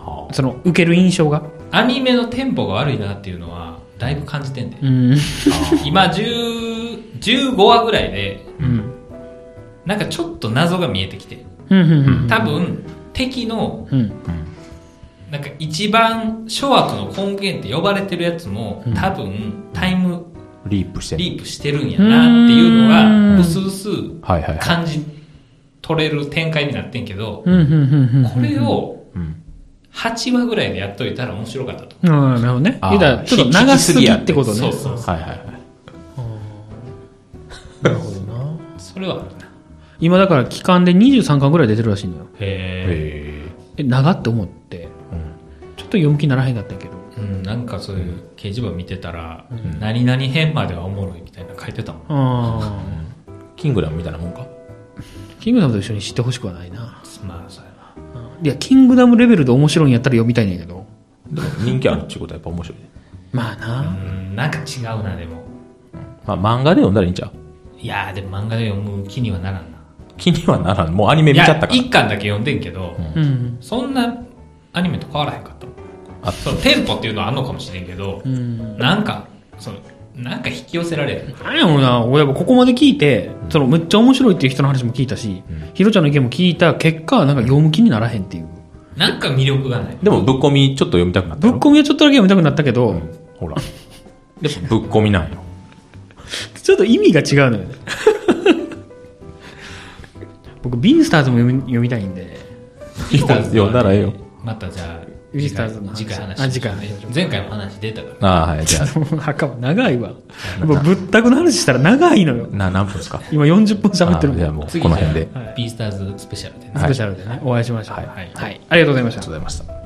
[SPEAKER 3] は
[SPEAKER 1] その、受ける印象が。
[SPEAKER 2] ーアニメのテンポが悪いなっていうのはだいぶ感じてんで
[SPEAKER 1] うん。
[SPEAKER 2] 今10 15話ぐらいで
[SPEAKER 1] うん。
[SPEAKER 2] なんかちょっと謎が見えてきて
[SPEAKER 1] うん。うん。
[SPEAKER 2] 多分敵の
[SPEAKER 1] うん。
[SPEAKER 2] なんか一番諸悪の根源って呼ばれてるやつも多分タイム
[SPEAKER 3] あリープしてる。
[SPEAKER 2] リープしてるんやなっていう
[SPEAKER 1] う
[SPEAKER 2] の
[SPEAKER 1] ん
[SPEAKER 2] が薄々
[SPEAKER 3] はいはいはい。
[SPEAKER 2] 感じ取れる展開になってんけど
[SPEAKER 1] うん。うん。うん。
[SPEAKER 2] これを
[SPEAKER 3] うん。
[SPEAKER 2] 8話ぐらいでやっといたら面白かったと
[SPEAKER 1] うん、なるほどね。
[SPEAKER 3] あ
[SPEAKER 1] 言
[SPEAKER 3] ー
[SPEAKER 1] うたらちょっと長すぎってことね。
[SPEAKER 2] そうそう
[SPEAKER 3] はいはいはい。
[SPEAKER 1] なるほどな。
[SPEAKER 2] それはあるな
[SPEAKER 1] 今だから期間で23巻ぐらい出てるらしいのよ。
[SPEAKER 2] へ
[SPEAKER 1] え、
[SPEAKER 3] へ
[SPEAKER 1] 長って思って、
[SPEAKER 3] え。うん
[SPEAKER 1] ちょっと読む気ならへんかったんやけど。
[SPEAKER 2] え、うん、なんかそういう掲示板見てたら「何々編まではおもろい」みたいなの書いてたもん
[SPEAKER 1] あ
[SPEAKER 3] キングダムみたいなもんか
[SPEAKER 1] ー。キングダムと一緒に知ってほしくはないな。
[SPEAKER 2] まあそうやない
[SPEAKER 1] や、キングダムレベルで面白いんやったら読みたいんやけど。
[SPEAKER 3] でも人気あるっていうことはやっぱ面白いね。
[SPEAKER 1] まあな。
[SPEAKER 2] うんなんか違うなでも
[SPEAKER 3] まあ漫画で読んだらいいんちゃう
[SPEAKER 2] いやーでも漫画で読む気にはならんな
[SPEAKER 3] 気にはならん。もうアニメ見ちゃったか
[SPEAKER 2] い
[SPEAKER 3] ら
[SPEAKER 2] や。1巻だけ読んでんけど、
[SPEAKER 1] うん。
[SPEAKER 2] そんなアニメと変わらへんかったもん
[SPEAKER 3] あ
[SPEAKER 2] そのテンポっていうのはあんのかもしれんけど、
[SPEAKER 1] うん。
[SPEAKER 2] なんかそのなんか引き寄せられる
[SPEAKER 1] なんやろうな、俺やっぱここまで聞いて、そのめっちゃ面白いっていう人の話も聞いたし、ひろちゃんの意見も聞いた結果、なんか読む気にならへんっていう。
[SPEAKER 2] なんか魅力
[SPEAKER 1] *laughs*
[SPEAKER 2] がない
[SPEAKER 3] でもぶっ込みちょっと読みたくなった
[SPEAKER 1] ぶっ
[SPEAKER 3] よ
[SPEAKER 1] 込みはちょっとだけ読みたくなったけど、
[SPEAKER 3] ほら。でぶっ込みなんよ。
[SPEAKER 1] ちょっと意味が違うのよね。 *laughs* 僕、ビースターズも読み読みたいんで、
[SPEAKER 3] 読んだらええよ。
[SPEAKER 2] またじゃあ
[SPEAKER 1] ビ
[SPEAKER 2] 次
[SPEAKER 1] ースター
[SPEAKER 2] 回
[SPEAKER 1] ズの話
[SPEAKER 2] 次回話
[SPEAKER 1] あ次回話しましょう
[SPEAKER 2] 前回も話出たから
[SPEAKER 3] ああ、はい、じゃあ、
[SPEAKER 1] 墓は長 *laughs* いわ。やっぱぶったくの話したら長いのよ。
[SPEAKER 3] な、何分ですか
[SPEAKER 1] 今40分喋ってる
[SPEAKER 3] ああじゃあ
[SPEAKER 1] もん。
[SPEAKER 3] もう、
[SPEAKER 2] 次
[SPEAKER 3] この辺で。あり
[SPEAKER 2] じ
[SPEAKER 3] がと
[SPEAKER 2] ゃあビースターズスペシャルでね
[SPEAKER 1] スペシャルでね、お会いしましょう。
[SPEAKER 3] はい
[SPEAKER 1] はい。ありがとうございました
[SPEAKER 3] うご。ざいました。